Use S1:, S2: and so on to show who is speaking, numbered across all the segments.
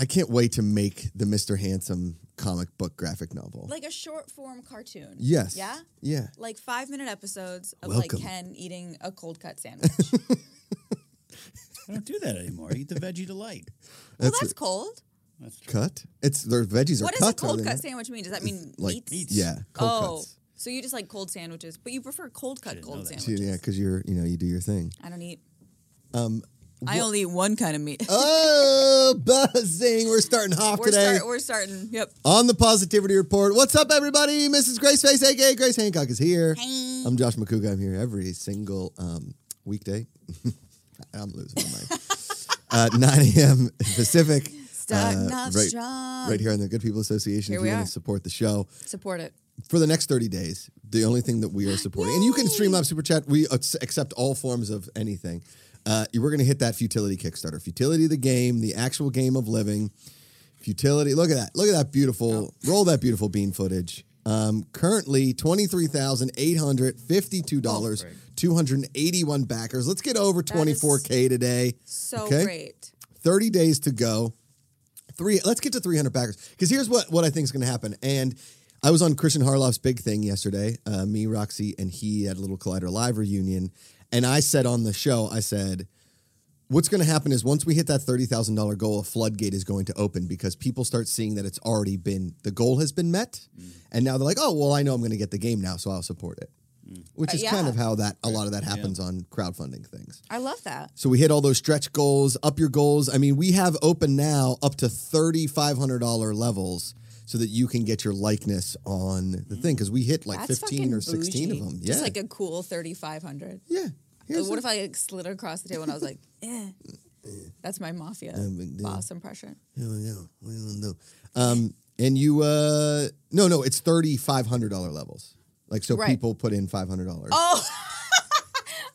S1: I can't wait to make the Mr. Handsome comic book graphic novel.
S2: Like a short form cartoon.
S1: yes.
S2: Yeah?
S1: Yeah.
S2: Like five minute episodes of
S1: Welcome.
S2: like Ken eating a cold cut sandwich. well,
S3: I don't do that anymore. I eat the veggie delight.
S2: that's, cold.
S3: That's true.
S1: Cut. It's their veggies
S2: What
S1: are
S2: does
S1: cut.
S2: a cold
S1: are they
S2: cut
S1: not?
S2: sandwich mean? Does that mean
S1: Like
S2: meats?
S1: Yeah. Cold
S2: oh,
S1: cuts.
S2: so you just like cold sandwiches, but you prefer cold cut
S3: Didn't know
S2: cold
S3: that.
S1: So,
S2: sandwiches.
S1: yeah, because you're you know you do your thing.
S2: I don't eat. Um, I only eat one kind of meat.
S1: Oh, buzzing! We're starting off
S2: we're,
S1: today
S2: start, we're starting. Yep.
S1: on the Positivity Report. What's up, everybody? Mrs. Graceface, aka Grace Hancock, is here.
S2: Hey.
S1: I'm Josh McCouga. I'm here every single um, weekday. I'm losing my mind. uh, 9 a.m. Pacific. Uh,
S2: Starting off
S1: right,
S2: strong.
S1: right here on the Good People Association.
S2: Here
S1: if
S2: we
S1: you want
S2: are.
S1: to support the show,
S2: Support it.
S1: for the next 30 days, the only thing that we are supporting, and you can stream up Super Chat, we ac- accept all forms of anything. Uh, you- we're going to hit that futility Kickstarter. Futility, the game, the actual game of living. Futility. Look at that. Look at that beautiful,
S2: Oh.
S1: roll that beautiful bean footage. Um, currently $23,852, 281 backers. Let's get over
S2: Oh, is
S1: 24K today.
S2: So
S1: Okay.
S2: great.
S1: 30 days to go. Three. Let's get to 300 backers because here's what what I think is going to happen. And I was on Christian Harloff's big thing yesterday. Uh, me, Roxy, and he had a little Collider Live reunion. And I said on the show, I said, what's going to happen is once we hit that $30,000 goal, a floodgate is going to open because people start seeing that it's already been, the goal has been met. And now they're like, oh, well, I know I'm going to get the game now, so I'll support it. Which
S2: Uh,
S1: is kind
S2: yeah.
S1: of how that a lot of that happens on crowdfunding things.
S2: I love that.
S1: So we hit all those stretch goals, up your goals. I mean, we have open now up to $3,500 levels so that you can get your likeness on the thing because we hit like
S2: That's
S1: 15
S2: fucking
S1: or 16
S2: bougie.
S1: of them. Yeah.
S2: Just like a cool 3,500.
S1: yeah. Here's
S2: what
S1: a-
S2: if I like, slid across the table and I was like, eh. That's my mafia
S1: big deal.
S2: boss impression.
S1: Here we go. We don't know. Um, and you, uh, no, no, it's $3,500 levels. Like, so
S2: Right.
S1: people put in $500.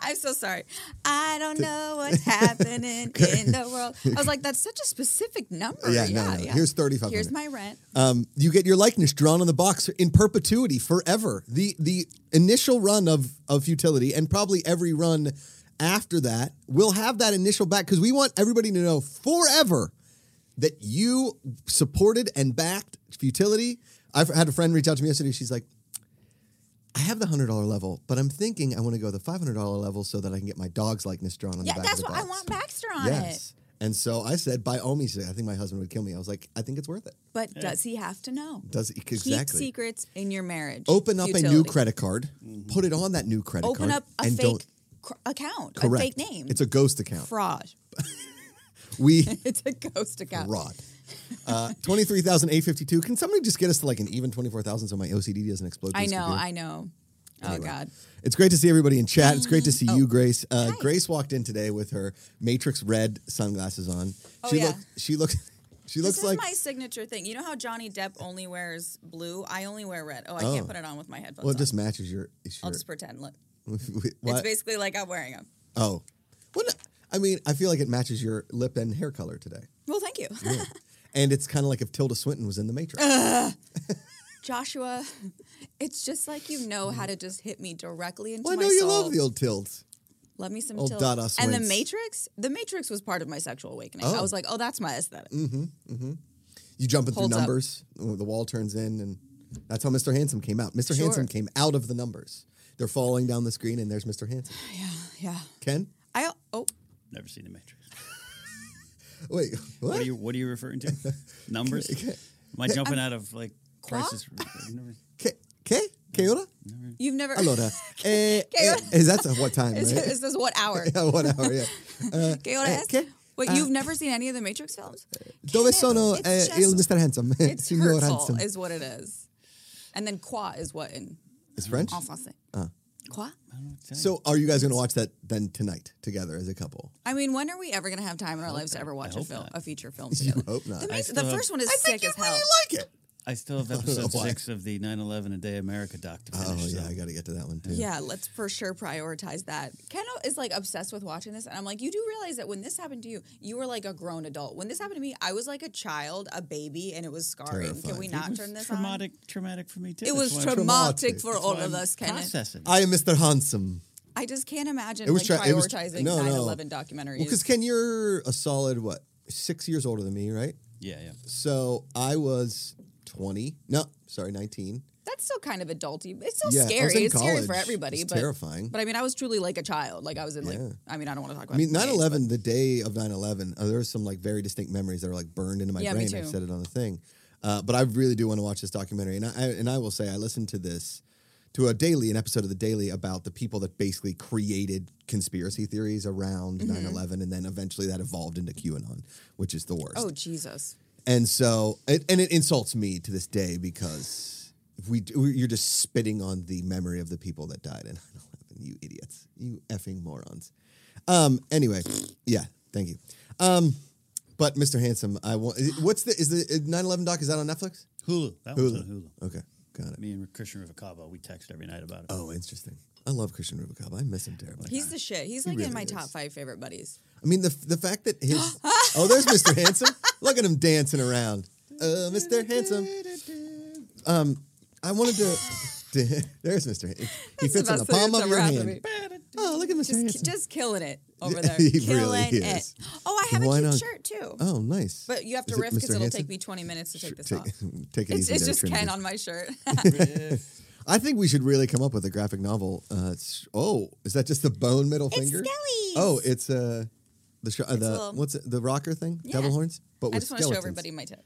S2: I'm so sorry. I don't know what's happening in the world. I was like, that's such a specific number.
S1: Yeah,
S2: Yeah,
S1: no, no, no.
S2: yeah.
S1: Here's 3500.
S2: Here's my rent.
S1: Um, you get your likeness drawn on the box in perpetuity forever. The the initial run of of futility and probably every run after that will have that initial back because we want everybody to know forever that you supported and backed futility. I've had a friend reach out to me yesterday. She's like, I have the hundred dollar level, but I'm thinking I want to go the five hundred dollar level so that I can get my dog's likeness drawn on
S2: Yeah,
S1: the back
S2: that's
S1: of the
S2: what
S1: box.
S2: I want Baxter on it.
S1: Yes. And so I said, by all means, I think my husband would kill me. I was like, I think it's worth it.
S2: But does he have to know?
S1: Does he
S2: Keep
S1: exactly?
S2: secrets in your marriage.
S1: open up a new
S2: Futility.
S1: credit card, put it on that new credit
S2: Open
S1: card,
S2: up a
S1: and
S2: fake
S1: don't
S2: cr- account,
S1: correct.
S2: a fake name.
S1: It's a ghost account.
S2: fraud.
S1: We
S2: It's a ghost account.
S1: fraud. Uh, Twenty three thousand eight fifty two. Can somebody just get us to like an even twenty four thousand so my OCD doesn't explode?
S2: I
S1: this
S2: know,
S1: computer?
S2: I know. Oh God.
S1: It's great to see everybody in chat. It's great to see you, Grace. Uh,
S2: Mm-hmm. Oh, Hi.
S1: Grace walked in today with her Matrix red sunglasses on.
S2: Oh,
S1: she
S2: yeah.
S1: looked. She looked. She
S2: This
S1: looks
S2: is
S1: like
S2: my signature thing. You know how Johnny Depp only wears blue? I only wear red. Oh, I
S1: Oh.
S2: can't put it on with my headphones.
S1: well, it just
S2: on.
S1: matches your. your
S2: I'll just pretend. Look, Oh, it's
S1: what?
S2: basically like I'm wearing them.
S1: Oh, well, no, I mean, I feel like it matches your lip and hair color today.
S2: Well, thank you,
S1: And it's kind of like if Tilda Swinton was in the Matrix.
S2: Joshua. It's just like you know how to just hit me directly into
S1: well, I
S2: my
S1: know you
S2: soul.
S1: love the old Tilt.
S2: Love me some
S1: old
S2: Tilda.
S1: Dada
S2: And the
S1: Swinz.
S2: Matrix. The Matrix was part of my sexual awakening. I
S1: Oh. Mm.
S2: was like, oh, that's my esthetic
S1: You jumping through
S2: Holds up.
S1: numbers. oh, The wall turns in, and that's how Mr. Handsome came out. Mr.
S2: Sure.
S1: Handsome came out of the numbers. They're falling down the screen, and there's Mr. Handsome.
S2: Yeah, yeah.
S1: Ken,
S2: I oh
S3: Never seen the Matrix.
S1: wait, what?
S3: What are you What are you referring to? Numbers? Am I jumping out of like crisis? I've never-
S1: Ke- Ke? Que hora?
S2: you've never.
S1: Allora. eh, eh, is that what time?
S2: Is,
S1: right?
S2: is this what hour?
S1: yeah, what hour? Yeah. Uh,
S2: Que hora
S1: eh,
S2: es?
S1: que-
S2: Wait, you've never seen any of the Matrix films?
S1: Dove
S2: Kenneth,
S1: sono
S2: it's
S1: eh,
S2: just-
S1: il Mr. Handsome?
S2: It's
S1: Signor
S2: hurtful,
S1: Handsome.
S2: is what it is. And then quoi is what in
S1: It's French. Uh.
S2: en français. Quoi?
S3: I don't know what to tell you.
S1: So, are you guys going to watch that then tonight together as a couple?
S2: I mean, when are we ever going to have time in our lives to ever watch a
S3: hope
S2: film,
S3: not.
S2: a feature film?
S1: You
S2: together?
S1: hope not.
S2: The,
S1: I
S2: ma-
S3: still
S2: the
S3: have-
S2: first one is sick as hell.
S1: like it.
S3: I still have episode
S1: know why.
S3: six of the 9/11 a day America doc to finish.
S1: Oh
S3: so
S1: yeah, I got to get to that one too.
S2: yeah, let's for sure prioritize that. Ken is like obsessed with watching this, and I'm like, you do realize that when this happened to you, you were like a grown adult. When this happened to me, I was like a child, a baby, and it was scarring. Can we
S1: Terrifying.
S2: not
S3: it was
S2: turn this
S3: traumatic, traumatic for me too.
S2: on? It
S3: That's
S2: was
S3: why I'm
S2: traumatic,
S1: Traumatic.
S2: for
S1: That's
S2: all
S3: trying
S2: of
S3: to
S2: us, Ken.
S3: process it.
S1: I am Mr. Handsome.
S2: I just can't imagine
S1: It was
S2: like
S1: tra- it was-
S2: prioritizing
S1: no, no.
S2: 9/11 documentaries.
S1: Well, because Ken, you're a solid what six years older than me, right?
S3: Yeah, yeah.
S1: So I was 20. No, sorry, 19.
S2: That's still kind of adulty. It's still
S1: Yeah, I was
S2: scary.
S1: in
S2: It's scary
S1: college.
S2: for everybody.
S1: It's
S2: but
S1: terrifying.
S2: But I mean, I was truly like a child. Like I was in like.
S1: Yeah.
S2: I mean, I don't want to talk about.
S1: I mean,
S2: my
S1: 9
S2: age, but-
S1: 11, the day of 9 11, uh, there were some like very distinct memories that are like burned into my
S2: Yeah, me
S1: brain. I
S2: too.
S1: said it on the thing. Uh, but I really do want to watch this documentary. And I, I, and I will say, I listened to this, to a daily, an episode of the daily about the people that basically created conspiracy theories around
S2: Mm-hmm.
S1: 9 11. And then eventually that evolved into QAnon, which is the worst.
S2: Oh Jesus!
S1: And so, it, and it insults me to this day because we, we you're just spitting on the memory of the people that died in 9 11. You idiots. You effing morons. Um, anyway, yeah, thank you. Um, but Mr. Handsome, I want, what's the, is the 9 11 doc, is that on Netflix?
S3: Hulu. That was on Hulu.
S1: Okay, got it.
S3: Me and Christian Rivacaba, we text every night about it.
S1: Oh, interesting. I love Christian Rubicab. I miss him terribly.
S2: He's the shit. He's like in
S1: really
S2: my
S1: is.
S2: top five favorite buddies.
S1: I mean, the the fact that his oh, there's Mr. Handsome. Look at him dancing around. Uh, Mr. Handsome. Um, I wanted to. there's Mr. Handsome. He
S2: That's the
S1: fits on the
S2: best thing
S1: palm
S2: that's
S1: of your
S2: ever happened to
S1: hand.
S2: me.
S1: Oh, look at Mr.
S2: Just,
S1: Handsome.
S2: just killing it over
S1: Yeah,
S2: there.
S1: he really
S2: killing
S1: is.
S2: it. Oh, I have
S1: Why
S2: a cute
S1: not?
S2: shirt too.
S1: oh, nice.
S2: But you have to
S1: Is it
S2: riff because
S1: Mr.
S2: it'll
S1: Handsome?
S2: take me 20 minutes to take this
S1: Take,
S2: off.
S1: take it
S2: It's,
S1: easy.
S2: it's
S1: there,
S2: just
S1: Trinity.
S2: Ken on my shirt.
S1: I think we should really come up with a graphic novel. Uh, it's- oh, is that just the bone middle finger?
S2: skellies.
S1: Oh, it's uh, the sh- uh, the
S2: little-
S1: what's it, the rocker thing?
S2: Yeah.
S1: Devil horns. But with
S2: I just want to show
S1: skeletons.
S2: everybody my tip.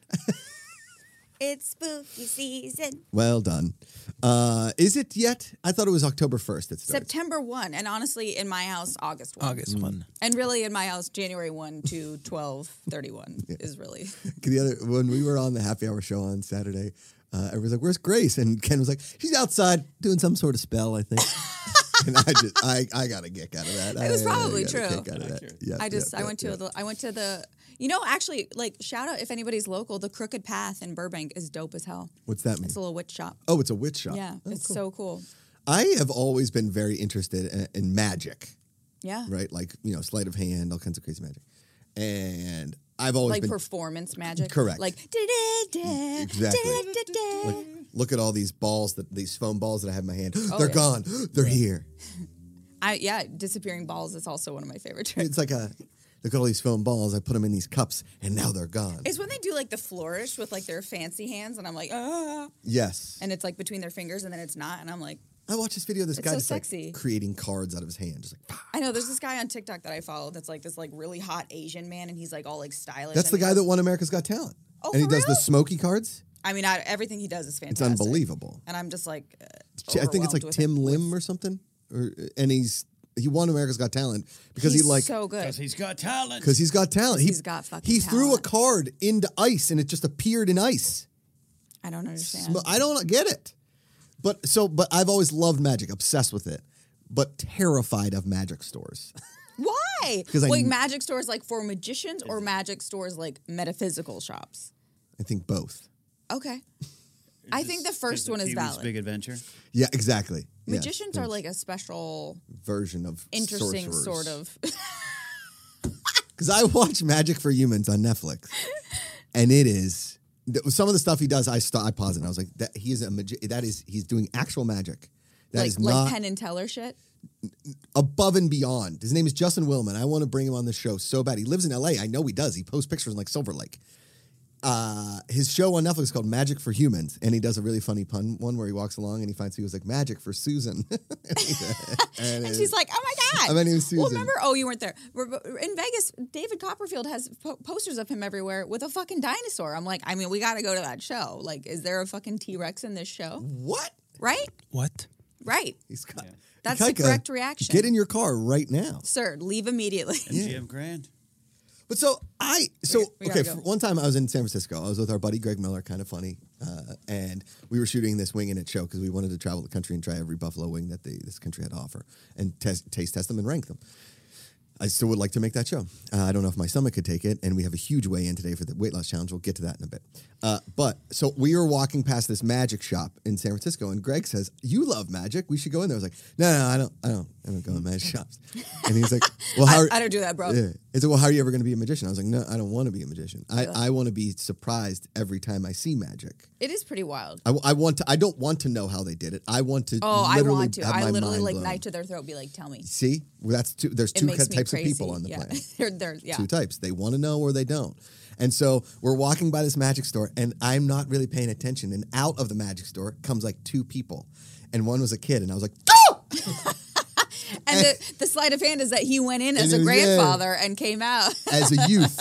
S2: it's spooky season.
S1: Well done. Uh, is it yet? I thought it was October 1st. It starts.
S2: September 1, and honestly, in my house, August 1.
S4: August one.
S2: And really, in my house, January 1 to 12 31 is really.
S1: The other when we were on the happy hour show on Saturday, uh, everyone's like, "Where's Grace?" And Ken was like, "She's outside doing some sort of spell, I think." and I just, I, I got a kick out of that.
S2: It was
S1: I
S2: probably
S1: got a
S2: true.
S1: kick out of that.
S3: Accurate.
S1: Yep,
S2: I just
S1: yep,
S2: I
S1: yep,
S2: went to
S1: yep.
S2: the I went to the you know actually like shout out if anybody's local the Crooked Path in Burbank is dope as hell.
S1: What's that mean?
S2: It's a little witch shop.
S1: oh, it's a witch shop.
S2: Yeah,
S1: Oh,
S2: it's
S1: cool.
S2: so cool.
S1: I have always been very interested in, in magic,
S2: Yeah,
S1: right? Like you know, sleight of hand, all kinds of crazy magic, and I've always
S2: like
S1: been
S2: performance magic.
S1: Correct. Mm,
S2: Like da-da-da,
S1: Exactly.
S2: da-da-da-da.
S1: like, look at all these balls that these foam balls that I have in my hand. They're
S2: Oh, yeah.
S1: gone. They're here.
S2: I yeah, disappearing balls is also one of my favorite tricks.
S1: It's like a look at all these foam balls. I put them in these cups, and now they're gone.
S2: It's when they do like the flourish with like their fancy hands, and I'm like, ah,
S1: yes,
S2: and it's like between their fingers, and then it's not, and I'm like,
S1: I watched this video. of This
S2: It's
S1: guy
S2: so
S1: just
S2: sexy.
S1: like creating cards out of his hand, just like. "Pah."
S2: I know there's this guy on TikTok that I follow that's like this like really hot Asian man, and he's like all like stylish.
S1: That's
S2: and
S1: the
S2: he
S1: guy that
S2: does-
S1: won America's Got Talent,
S2: Oh,
S1: and he
S2: for
S1: does the
S2: real?
S1: smoky cards.
S2: I mean, I, everything he does is
S1: It's
S2: fantastic.
S1: unbelievable.
S2: And I'm just like, uh,
S1: I think it's
S2: overwhelmed
S1: like
S2: with
S1: Tim
S2: it.
S1: Lim or something, or and he's he won America's Got Talent because
S2: He's
S1: he like
S2: so good.
S3: Because he's got talent.
S1: because he's got talent. He,
S2: He's got fucking
S1: He threw a
S2: talent.
S1: card into ice, and it just appeared in ice.
S2: I don't understand.
S1: Sm- I don't get it. But so, but I've always loved magic, obsessed with it, but terrified of magic stores.
S2: Why?
S1: 'Cause I
S2: like
S1: kn-
S2: magic stores like for magicians or magic stores like metaphysical shops.
S1: I think both.
S2: Okay. I think the first one is valid.
S3: Big adventure.
S1: Yeah, exactly. Yeah,
S2: Magicians are like a special,
S1: version of
S2: interesting sort of.
S1: Because I watch Magic for Humans on Netflix, and it is th- some of the stuff he does. I st- I pause it. And I was like, that he is a magi- That is he's doing actual magic. That
S2: like
S1: is
S2: like
S1: not
S2: Penn and Teller shit.
S1: above and beyond. His name is Justin Willman. I want to bring him on the show so bad. He lives in LA. I know he does. He posts pictures in like Silver Lake. Uh, his show on Netflix is called Magic for Humans, and he does a really funny pun one where he walks along and he finds he was like magic for Susan. and
S2: And
S1: it-
S2: she's like, oh my God.
S1: My name is
S2: Well,
S1: Susan.
S2: remember? Oh, you weren't there. Re- In Vegas, David Copperfield has po- posters of him everywhere with a fucking dinosaur. I'm like, I mean, we got to go to that show. Like, is there a fucking T Rex in this show?
S1: what?
S2: Right?
S4: What?
S2: Right.
S1: He's got.
S2: That's the
S1: Kaika,
S2: correct reaction.
S1: Get in your car right now.
S2: Sir, leave immediately.
S3: And GM Grand.
S1: But so I so
S2: we gotta
S1: okay.
S2: go.
S1: For one time I was in San Francisco. I was with our buddy Greg Miller, kind of funny, uh, and we were shooting this wing in it show because we wanted to travel the country and try every buffalo wing that the, this country had to offer and test, taste test them and rank them. I still would like to make that show. Uh, I don't know if my stomach could take it, and we have a huge weigh in today for the weight loss challenge. We'll get to that in a bit. Uh, but so we were walking past this magic shop in San Francisco, and Greg says, "You love magic. We should go in there." I was like, "No, no, I don't. I don't. I don't go in magic shops." And he's like, "Well, how?" are-
S2: I don't do that, bro.
S1: yeah. It's like, well, how are you ever going to be a magician? I was like, no, I don't want to be a magician. I, I want to be surprised every time I see magic.
S2: It is pretty wild.
S1: I, I want to. I don't want to know how they did it. I want to.
S2: Oh, I
S1: literally
S2: want to.
S1: have
S2: I
S1: my
S2: literally
S1: mind
S2: like
S1: blown.
S2: knife to their throat, be like, tell me.
S1: See, Well, that's two. There's
S2: It
S1: two
S2: makes
S1: ki-
S2: me
S1: types
S2: crazy.
S1: of people on the
S2: yeah.
S1: planet.
S2: they're, they're, yeah.
S1: Two types. They want to know or they don't. And so we're walking by this magic store, and I'm not really paying attention. And out of the magic store comes like two people, and one was a kid, and I was like, "Oh!"
S2: And the, the sleight of hand is that he went in as a
S1: it was- yeah.
S2: grandfather and came out.
S1: as a youth.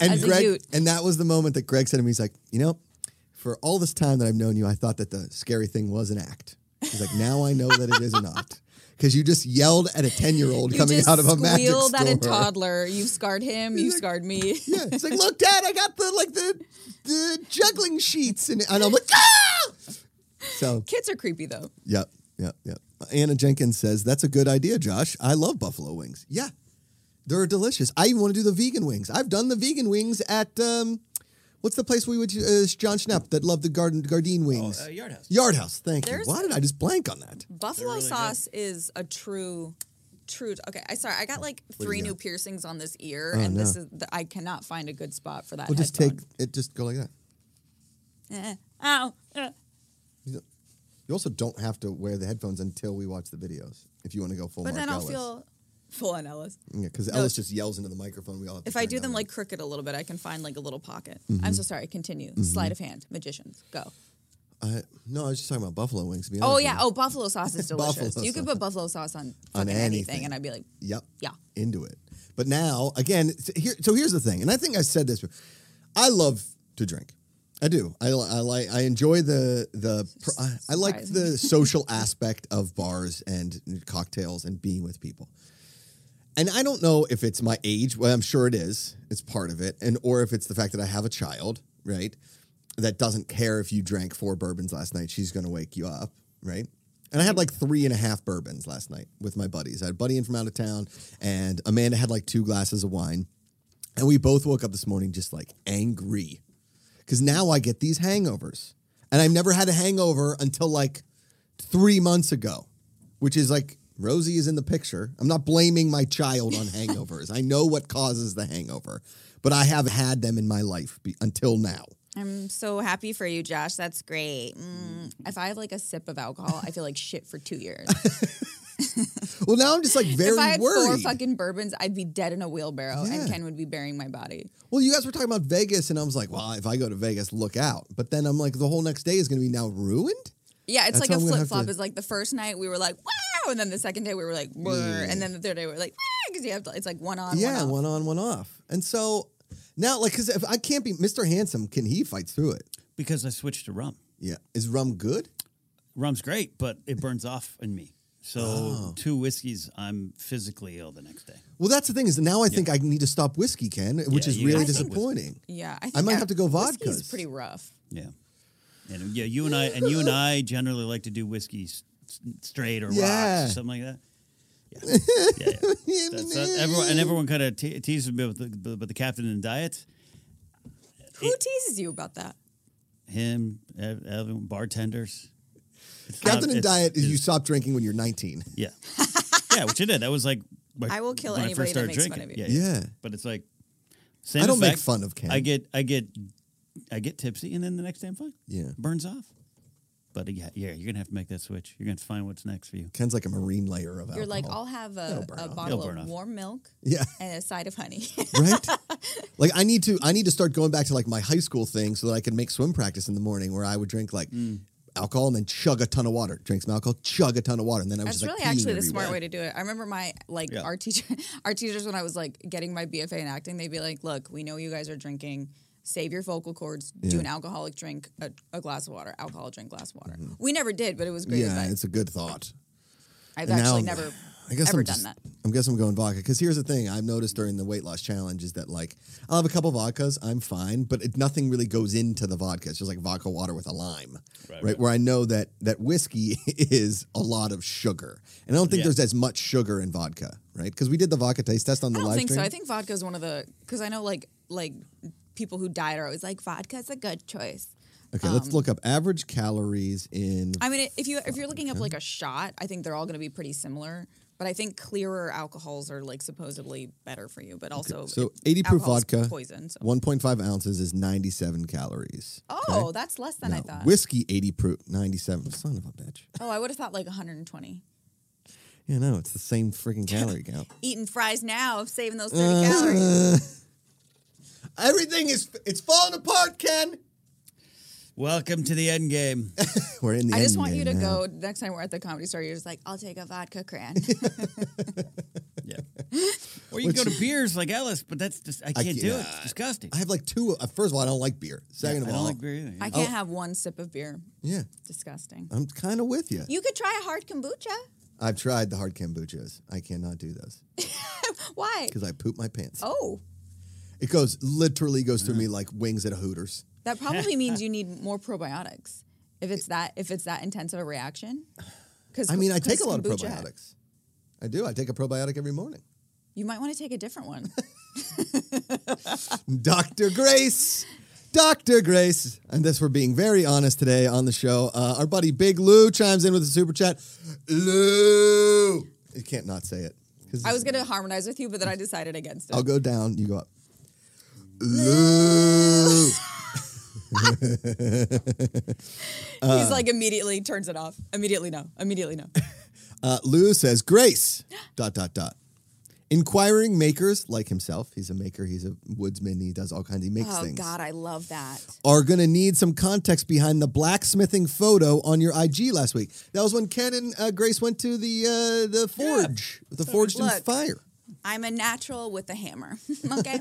S1: And
S2: As a
S1: Greg,
S2: youth.
S1: and that was the moment that Greg said to me, he's like, you know, for all this time that I've known you, I thought that the scary thing was an act. He's like, now I know that it is not. Because you just yelled at a 10 year old
S2: You
S1: coming
S2: just
S1: out of a magic
S2: squealed
S1: store.
S2: at a toddler. You scarred him. You scarred me.
S1: Yeah, it's like, look, Dad, I got the like the the juggling sheets, and, and I'm like, ah! So,
S2: Kids are creepy though.
S1: yep, yep, yep. Anna Jenkins says that's a good idea, Josh. I love buffalo wings. Yeah, they're delicious. I even want to do the vegan wings. I've done the vegan wings at um, what's the place we would uh, John Schnapp that loved the garden Gardein wings.
S3: uh, Yard House.
S1: Yard House. Thank
S2: There's-
S1: you. Why did I just blank on that?
S2: Buffalo
S3: really good.
S2: sauce is a true, true. Okay, I sorry. I got like
S1: do
S2: three
S1: you
S2: new
S1: got? Oh,
S2: piercings on this ear, and this is the, I cannot find a good spot for that.
S1: Well, just take
S2: headphone.
S1: it. Just go like that.
S2: Eh, ow, eh.
S1: You also don't have to wear the headphones until we watch the videos if you want to go full.
S2: But
S1: Mark
S2: then I'll
S1: Ellis.
S2: feel full on Ellis.
S1: Yeah, because Ellis just yells into the microphone. We all. Have to
S2: If I
S1: turn
S2: do
S1: down
S2: them
S1: the-
S2: like crooked a little bit, I can find like a little pocket.
S1: Mm-hmm.
S2: I'm so sorry. Continue. Sleight of hand, magicians, go.
S1: I, no, I was just talking about buffalo wings. To be honest
S2: Oh
S1: with
S2: yeah.
S1: you.
S2: Oh, buffalo sauce is delicious.
S1: Buffalo
S2: you could
S1: sauce.
S2: put buffalo sauce on
S1: On
S2: fucking
S1: anything.
S2: anything, and I'd be like,
S1: Yep.
S2: Yeah.
S1: Into it. But now, again, s- here, so here's the thing, and I think I said this. before. I love to drink. I do. I, li- I like. I enjoy the the. pr- I, I like the social aspect of bars and cocktails and being with people. And I don't know if it's my age. Well, I'm sure it is. It's part of it, and or if it's the fact that I have a child, right? That doesn't care if you drank four bourbons last night. She's going to wake you up, right? And I had like three and a half bourbons last night with my buddies. I had a buddy in from out of town, and Amanda had like two glasses of wine. And we both woke up this morning just like angry because now I get these hangovers. And I've never had a hangover until like three months ago, which is like Rosie is in the picture. I'm not blaming my child on hangovers. I know what causes the hangover, but I have had them in my life be- until now.
S2: I'm so happy for you, Josh. That's great. Mm. If I have like a sip of alcohol, I feel like shit for two years.
S1: Well, now I'm just like very
S2: if I had four
S1: worried.
S2: fucking bourbons, I'd be dead in a wheelbarrow,
S1: Yeah.
S2: and Ken would be burying my body.
S1: well, you guys were talking about Vegas, and I was like, well, if I go to Vegas, look out. But then I'm like, the whole next day is going to be now ruined.
S2: Yeah, it's
S1: That's
S2: like
S1: how
S2: a
S1: I'm gonna have
S2: flip flop.
S1: to-
S2: It's like the first night we were like, wow, and then the second day we were like, "Brr," and then the third day we were like, because you have to, it's like one on,
S1: yeah,
S2: one off.
S1: one on, one off. And so now, like, because if I can't be Mr. Handsome, can he fights through it?
S3: Because I switched to rum.
S1: Yeah. Is rum good?
S3: Rum's great, but it burns off in me. So
S1: Oh.
S3: two whiskeys, I'm physically ill the next day.
S1: Well, that's the thing is now I think I need to stop whiskey, Ken, which
S3: Yeah,
S1: is
S3: you
S1: really
S3: gotta stop whiskey.
S1: disappointing.
S2: Yeah, I, think
S1: might
S2: ev-
S1: have to go
S2: whiskey's
S1: vodkas.
S2: pretty rough.
S3: Yeah, and yeah, you and I and you and I generally like to do whiskey s- s- straight or
S1: Yeah.
S3: rocks or something like that. Yeah, yeah, yeah. That's, that, everyone, and everyone kind of te- teases me with the, the, with the captain and diet.
S2: Who teases you about that?
S3: Him, ev- everyone, bartenders. It's
S1: Captain
S3: not-
S1: and
S3: it's-
S1: Diet is you
S3: it's-
S1: stop drinking when you're 19.
S3: Yeah, yeah, which I did. That was like my,
S2: I will kill
S3: when I
S2: anybody
S3: first
S2: that
S3: started
S2: makes fun
S3: drinking.
S2: of
S1: you.
S3: Yeah,
S1: Yeah.
S3: but it's like same
S1: I don't make
S3: effect.
S1: fun of Ken.
S3: I get, I get, I get tipsy, and then the next day I'm fine.
S1: Yeah.
S3: burns off. But yeah, yeah, you're gonna have to make that switch. You're gonna find what's next for you.
S1: Ken's like a marine layer of alcohol.
S2: You're like, I'll have
S1: It'll
S2: a,
S1: burn
S2: a
S1: off.
S2: bottle
S3: It'll burn
S2: of
S3: off.
S2: warm milk
S1: Yeah.
S2: and a side of honey.
S1: right? like I need to I need to start going back to like my high school thing so that I can make swim practice in the morning where I would drink like
S3: Mm.
S1: alcohol and then chug a ton of water. Drink some alcohol, chug a ton of water, and then I was
S2: That's
S1: just
S2: really
S1: like peeing
S2: actually the smart
S1: everywhere.
S2: way to do it. I remember my like
S3: Yeah.
S2: our teacher, our teachers when I was like getting my BFA in acting, they'd be like, "Look, we know you guys are drinking. Save your vocal cords. Do an alcoholic drink, a, a glass of water. Alcohol drink, glass of water." We never did, but it was great
S1: Mm-hmm. Yeah,
S2: advice.
S1: it's a good thought.
S2: I've
S1: And
S2: actually
S1: now I'm-
S2: never
S1: I guess
S2: ever
S1: I'm
S2: done
S1: just,
S2: that.
S1: I guess I'm going vodka. Because here's the thing I've noticed during the weight loss challenge is that like I'll have a couple vodkas, I'm fine, but it, nothing really goes into the vodka. It's just like vodka water with a lime, right?
S3: Right, right.
S1: Where I know that that whiskey is a lot of sugar, and I don't think
S3: Yeah.
S1: there's as much sugar in vodka, right? Because we did the vodka taste test on
S2: I
S1: the
S2: don't
S1: live
S2: think
S1: stream.
S2: so. I think vodka is one of the because I know like like people who diet are always like vodka is a good choice.
S1: okay, let's look up average calories in.
S2: um, I mean, if you if you're looking up like a shot, I think they're all going to be pretty similar. But I think clearer alcohols are like supposedly better for you. But also,
S1: so
S2: it-
S1: 80 proof
S2: alcohol's
S1: vodka,
S2: poison. So.
S1: 1.5 ounces is 97 calories.
S2: Oh, that's less than I
S1: Now,
S2: thought.
S1: whiskey 80 proof, 97. Son of a bitch.
S2: oh, I would have thought like 120.
S1: Yeah, no, it's the same freaking calorie count. Uh,
S2: Eating fries now, saving those 30 calories.
S1: Everything is it's falling apart, Ken.
S3: Welcome to the end game.
S1: We're in the.
S2: I just
S1: end
S2: want you to
S1: game now.
S2: go next time we're at the comedy store. You're just like, I'll take a vodka cran.
S3: Yeah. Or you can go to beers like Ellis, but that's just I can't,
S1: can't-
S3: do it. It's disgusting.
S1: I have like two. Uh, first of all, I don't like beer. Second
S3: I
S1: of
S3: don't
S1: all,
S3: like beer either.
S1: Oh.
S2: I can't have one sip of beer.
S1: yeah,
S2: Disgusting.
S1: I'm kind of with you.
S2: You could try a hard kombucha.
S1: I've tried the hard kombuchas. I cannot do those
S2: Why?
S1: because I poop my pants.
S2: Oh,
S1: It goes literally goes through me like wings at a Hooters.
S2: that probably means you need more probiotics. If it's that, if it's that intense of a reaction. Because
S1: I mean, I take a lot of probiotics. I do. I take a probiotic every morning.
S2: You might want to take a different one.
S1: Dr. Grace. Dr. Grace. And this, we're being very honest today on the show. Uh, our buddy Big Lou chimes in with a super chat. Lou. You can't not say it. 'Cause
S2: I was gonna harmonize with you, but then I decided against it.
S1: I'll go down, you go up. Lou.
S2: He's like immediately turns it off. Immediately no. Immediately no.
S1: Uh, Lou says, Grace. Dot, dot, dot. Inquiring makers like himself, he's a maker, he's a woodsman, he does all kinds, he makes
S2: oh
S1: things.
S2: God, I love that.
S1: are going to need some context behind the blacksmithing photo on your IG last week. That was when Ken and uh, Grace went to the uh, the forge, the forged in
S2: Look.
S1: fire.
S2: I'm a natural with a hammer. okay.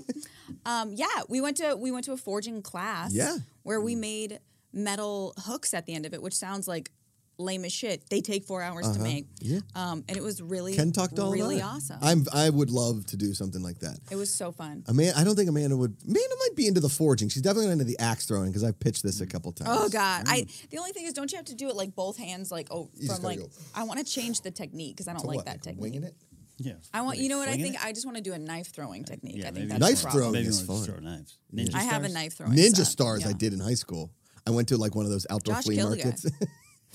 S2: Um, yeah, we went to we went to a forging class.
S1: Yeah.
S2: Where we made metal hooks at the end of it, which sounds like lame as shit. They take four hours to make.
S1: Uh-huh. Yeah.
S2: Um, and it was really
S1: Ken talked all
S2: really
S1: about it.
S2: awesome.
S1: I'm I would love to do something like that.
S2: it was so fun.
S1: Amanda, I don't think Amanda would. Amanda might be into the forging. She's definitely not into the axe throwing because I've pitched this a couple times.
S2: Oh God! I the only thing is, don't you have to do it like both hands, like oh,
S1: just
S2: from
S1: gotta
S2: like
S1: go.
S2: I want to change the technique because I don't
S1: To
S2: like
S1: what,
S2: that technique.
S1: Winging it.
S3: Yeah.
S2: I want
S3: Like
S2: you know what I
S3: flinging
S2: think.
S3: it? Uh,
S2: I just want to do a knife throwing technique.
S3: Yeah,
S2: I think that's
S3: maybe
S1: Knife
S2: the problem.
S1: throwing
S3: Maybe
S1: is
S3: you wanna just
S1: fun.
S3: throw knives. Ninja
S2: I have a
S3: stars?
S2: knife throwing.
S1: Ninja
S2: set,
S1: stars. I
S2: yeah.
S1: did in high school. I went to like one of those outdoor
S2: Josh
S1: flea
S2: killed the guy.
S1: markets.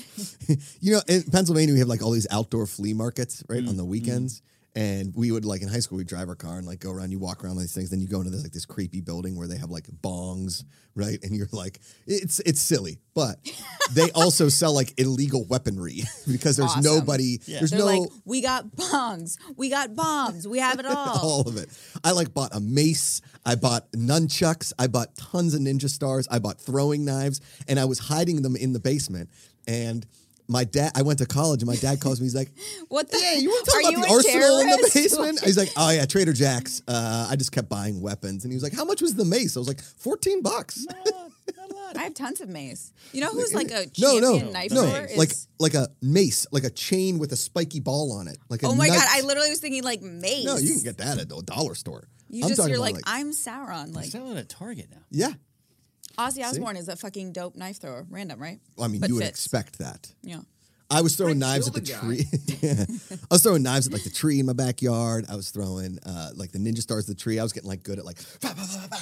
S1: you know, in Pennsylvania, we have like all these outdoor flea markets, right, on the weekends. And we would like in high school, we'd drive our car and like go around, you walk around these things, then you go into this like this creepy building where they have like bongs, right? And you're like, it's it's silly. But they also sell like illegal weaponry because there's
S2: Awesome.
S1: nobody,
S3: Yeah.
S1: there's
S2: They're
S1: no Oh,
S2: like, we got bongs, we got bombs, we have it all.
S1: all of it. I like bought a mace. I bought nunchucks. I bought tons of ninja stars. I bought throwing knives, and I was hiding them in the basement. And my dad, I went to college, and my dad calls me. He's like,
S2: What the?
S1: "Yeah, you were
S2: Are
S1: talking
S2: you
S1: about
S2: a
S1: the arsenal in the
S2: terrorist?"
S1: basement." He's like, "Oh yeah, Trader Jack's. Uh, I just kept buying weapons." And he was like, "How much was the mace?" I was like, 14 bucks."
S2: I have tons of mace. You know who's like a
S1: No,
S2: champion
S1: no,
S2: knife
S1: no,
S2: thrower?
S1: like
S2: Is-
S1: like a mace, like a chain with a spiky ball on it, like a
S2: oh my
S1: knife.
S2: god! I literally was thinking like mace.
S1: no, you can get that at the dollar store.
S2: You
S1: I'm
S2: just
S1: talking
S2: you're
S1: about
S2: like, I'm Sauron.
S3: Like,
S2: Like
S3: selling at Target now.
S1: yeah.
S2: Ozzy Osbourne is a fucking dope knife thrower. Random, right?
S1: Well, I mean,
S2: But
S1: you would
S2: fits.
S1: expect that.
S2: Yeah.
S1: I was throwing knives at
S4: kill
S1: the,
S4: the
S1: tree. Yeah. I was throwing knives at like the tree in my backyard. I was throwing uh, like the ninja stars at the tree. I was getting like good at like bah, bah, bah, bah,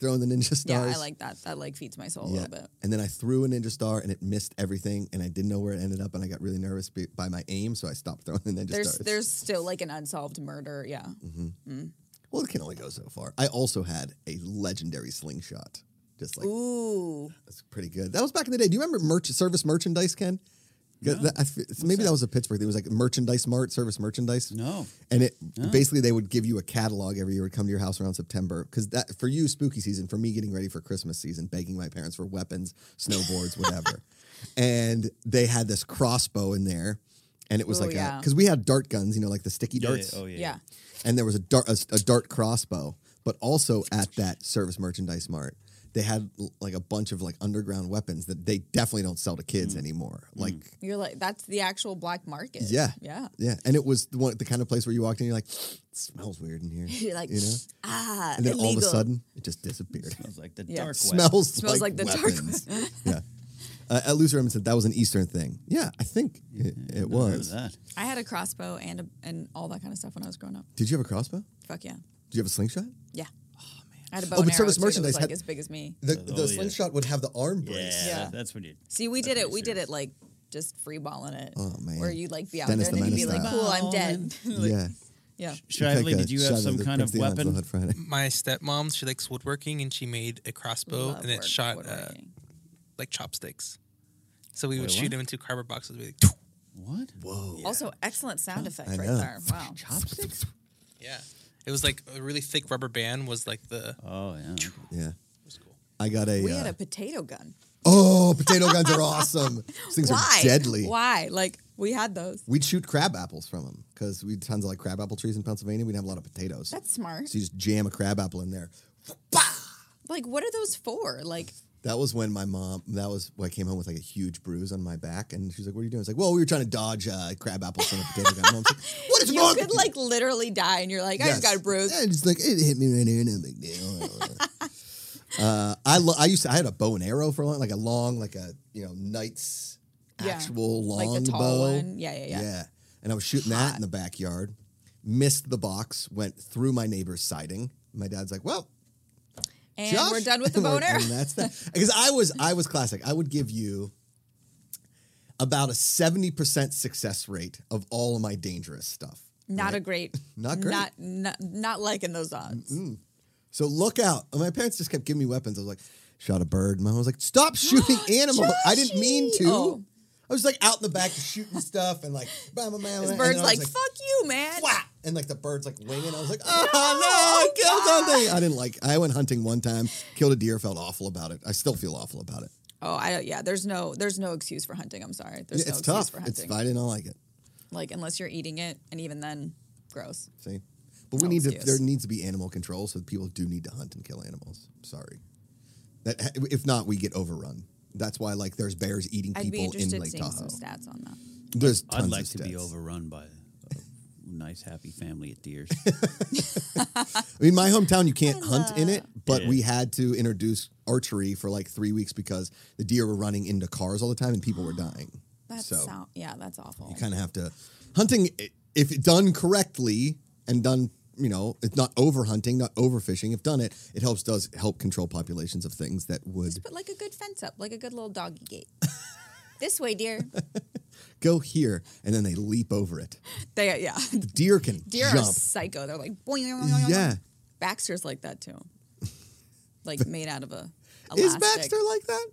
S1: throwing the ninja
S2: Yeah,
S1: stars.
S2: I like that. That like feeds my soul a little bit.
S1: And then I threw a ninja star and it missed everything and I didn't know where it ended up and I got really nervous be- by my aim, so I stopped throwing the ninja
S2: There's
S1: stars.
S2: there's still like an unsolved murder. Yeah.
S1: Mm-hmm. well, it can only go so far. I also had a legendary slingshot. Just like
S2: Ooh.
S1: that's pretty good. That was back in the day. Do you remember merch service merchandise, Ken? 'Cause that- I f- maybe that? was a Pittsburgh thing. It was like merchandise mart, service merchandise.
S3: No.
S1: And it basically they would give you a catalog every year. It Would come to your house around September because that for you spooky season, for me getting ready for Christmas season, begging my parents for weapons, snowboards, whatever. and they had this crossbow in there, and it was
S2: Ooh,
S1: like
S2: yeah.
S1: because we had dart guns, you know, like the sticky
S3: Yeah, yeah,
S1: darts
S3: Oh yeah.
S2: Yeah.
S1: and there was a dart, a, a dart crossbow, but also at that service merchandise mart, they had l- like a bunch of like underground weapons that they definitely don't sell to kids anymore. Like,
S2: You're like that's the actual black market.
S1: yeah,
S2: Yeah.
S1: yeah. And it was the, one, the kind of place where you walked in, you're like, it smells weird in here,
S2: You're like
S1: you know.
S2: ah.
S1: And then all of a
S2: illegal.
S1: sudden, it just disappeared.
S3: Smells like the
S2: Yeah.
S3: dark web.
S1: smells
S2: Smells
S1: like,
S2: like the dark
S1: weapons. yeah. Uh, at Lucy Remington, that was an Eastern thing. Yeah, I think it, it
S3: Never heard of
S1: was.
S3: that.
S2: I had a crossbow and a, and all that kind of stuff when I was growing up.
S1: Did you have a crossbow? Did
S2: Fuck yeah.
S1: you have a slingshot?
S2: Yeah. Oh man. I had a bow
S1: Oh,
S2: and
S1: but service
S2: arrow, too, that
S1: merchandise
S2: was, like
S1: had-
S2: as big as me.
S1: The,
S3: Oh,
S1: the
S3: yeah.
S1: slingshot would have the arm
S3: Yeah.
S1: brace.
S2: Yeah.
S3: that- That's what you.
S2: See, we did
S3: That's
S2: it.
S3: pretty
S2: We did
S3: serious.
S2: it like just free balling it.
S1: Oh, man.
S2: Where you'd like be out
S1: Dennis
S2: there
S1: the
S2: and then you'd be
S1: Menace
S2: like,
S1: style.
S2: cool, I'm dead. Like,
S1: Yeah.
S2: yeah.
S3: Shively, did you have some kind of weapon?
S1: Friday.
S4: My stepmom, she likes woodworking, and she made a crossbow,
S2: Love
S4: and it
S2: work-
S4: shot uh,
S2: woodworking.
S4: like chopsticks. So we would
S3: Wait,
S4: shoot
S3: what?
S4: them into cardboard boxes. We'd be like,
S3: What?
S1: Whoa.
S2: Also, excellent sound effect
S1: I
S2: right
S1: know.
S2: there. Wow.
S1: Chopsticks?
S4: yeah. It It was like a really thick rubber band was like the.
S3: Oh yeah.
S1: Yeah.
S4: It was cool.
S1: I got a.
S2: We
S1: uh,
S2: had a potato gun.
S1: oh, potato guns are awesome. Those things
S2: Why?
S1: are deadly.
S2: Why? Like we had those.
S1: We'd shoot crab apples from them because we had tons of like crab apple trees in Pennsylvania. We'd have a lot of potatoes.
S2: That's smart.
S1: so you just jam a crab apple in there. Bah!
S2: Like what are those for? Like
S1: That was when my mom. That was when I came home with like a huge bruise on my back, and she's like, "What are you doing?" It's like, "Well, we were trying to dodge uh, crab apples from a potato gun." Mom's like, "What is
S2: you
S1: wrong?"
S2: could
S1: with
S2: like literally die, and you're like, I just got a bruise.
S1: Yeah, just like it hit me right here, no big deal. uh, I lo- I used to I had a bow and arrow for a long, like a long, like a you know knight's
S2: Yeah.
S1: actual long
S2: Like the tall
S1: bow.
S2: one. Yeah, yeah, yeah.
S1: And I was shooting that in the backyard, missed the box, went through my neighbor's siding. My dad's like, "Well,
S2: And
S1: Josh.
S2: we're done with the
S1: And
S2: bow
S1: we're-
S2: and arrow.
S1: and that's that. Because I was I was classic. I would give you about a seventy percent success rate of all of my dangerous stuff.
S2: Not a great.
S1: Not great.
S2: Not not, not liking those odds.
S1: So look out! And my parents just kept giving me weapons. I was like, shot a bird. Mom was like, stop shooting animals. I didn't mean to.
S2: Joshy! Oh.
S1: I was like out in the back shooting stuff and like, bam, bam, bam.
S2: This
S1: and
S2: bird's
S1: I was
S2: like, fuck you, man.
S1: Whap! And like the bird's like winging. I was like, oh no, I killed something. I didn't like. I went hunting one time, killed a deer, felt awful about it. I still feel awful about it.
S2: Oh, I don't. Yeah, there's no there's no excuse for hunting. I'm sorry. There's no
S1: it's tough.
S2: excuse for
S1: It's
S2: hunting.
S1: I didn't like it.
S2: Like unless you're eating it, and even then, gross.
S1: See, but we
S2: No
S1: need to.
S2: excuse.
S1: There needs to be animal control, so people do need to hunt and kill animals. Sorry, that if not, we get overrun. That's why like there's bears eating
S2: I'd be
S1: people in
S2: interested
S1: Lake
S2: seeing
S1: Tahoe.
S2: some stats on that.
S1: There's tons
S3: I'd like
S1: of
S3: to be
S1: stats.
S3: overrun by a nice, happy family of deers.
S1: I mean, my hometown, you can't hunt in it, but
S3: Yeah.
S1: we had to introduce archery for like three weeks because the deer were running into cars all the time and people were dying.
S2: That's
S1: so
S2: sound, yeah, that's awful.
S1: you kind of have to hunting i- if it done correctly and done. You know, it's not over hunting, not overfishing. If done it, it helps does help control populations of things that would
S2: Just put like a good fence up, like a good little doggy gate. this way, dear.
S1: go here, and then they leap over it.
S2: They yeah.
S1: Deer can
S2: Deer are
S1: jump.
S2: psycho. They're like boing, boing, boing, boing.
S1: Yeah.
S2: Baxter's like that too. Like made out of a elastic.
S1: Is Baxter like that?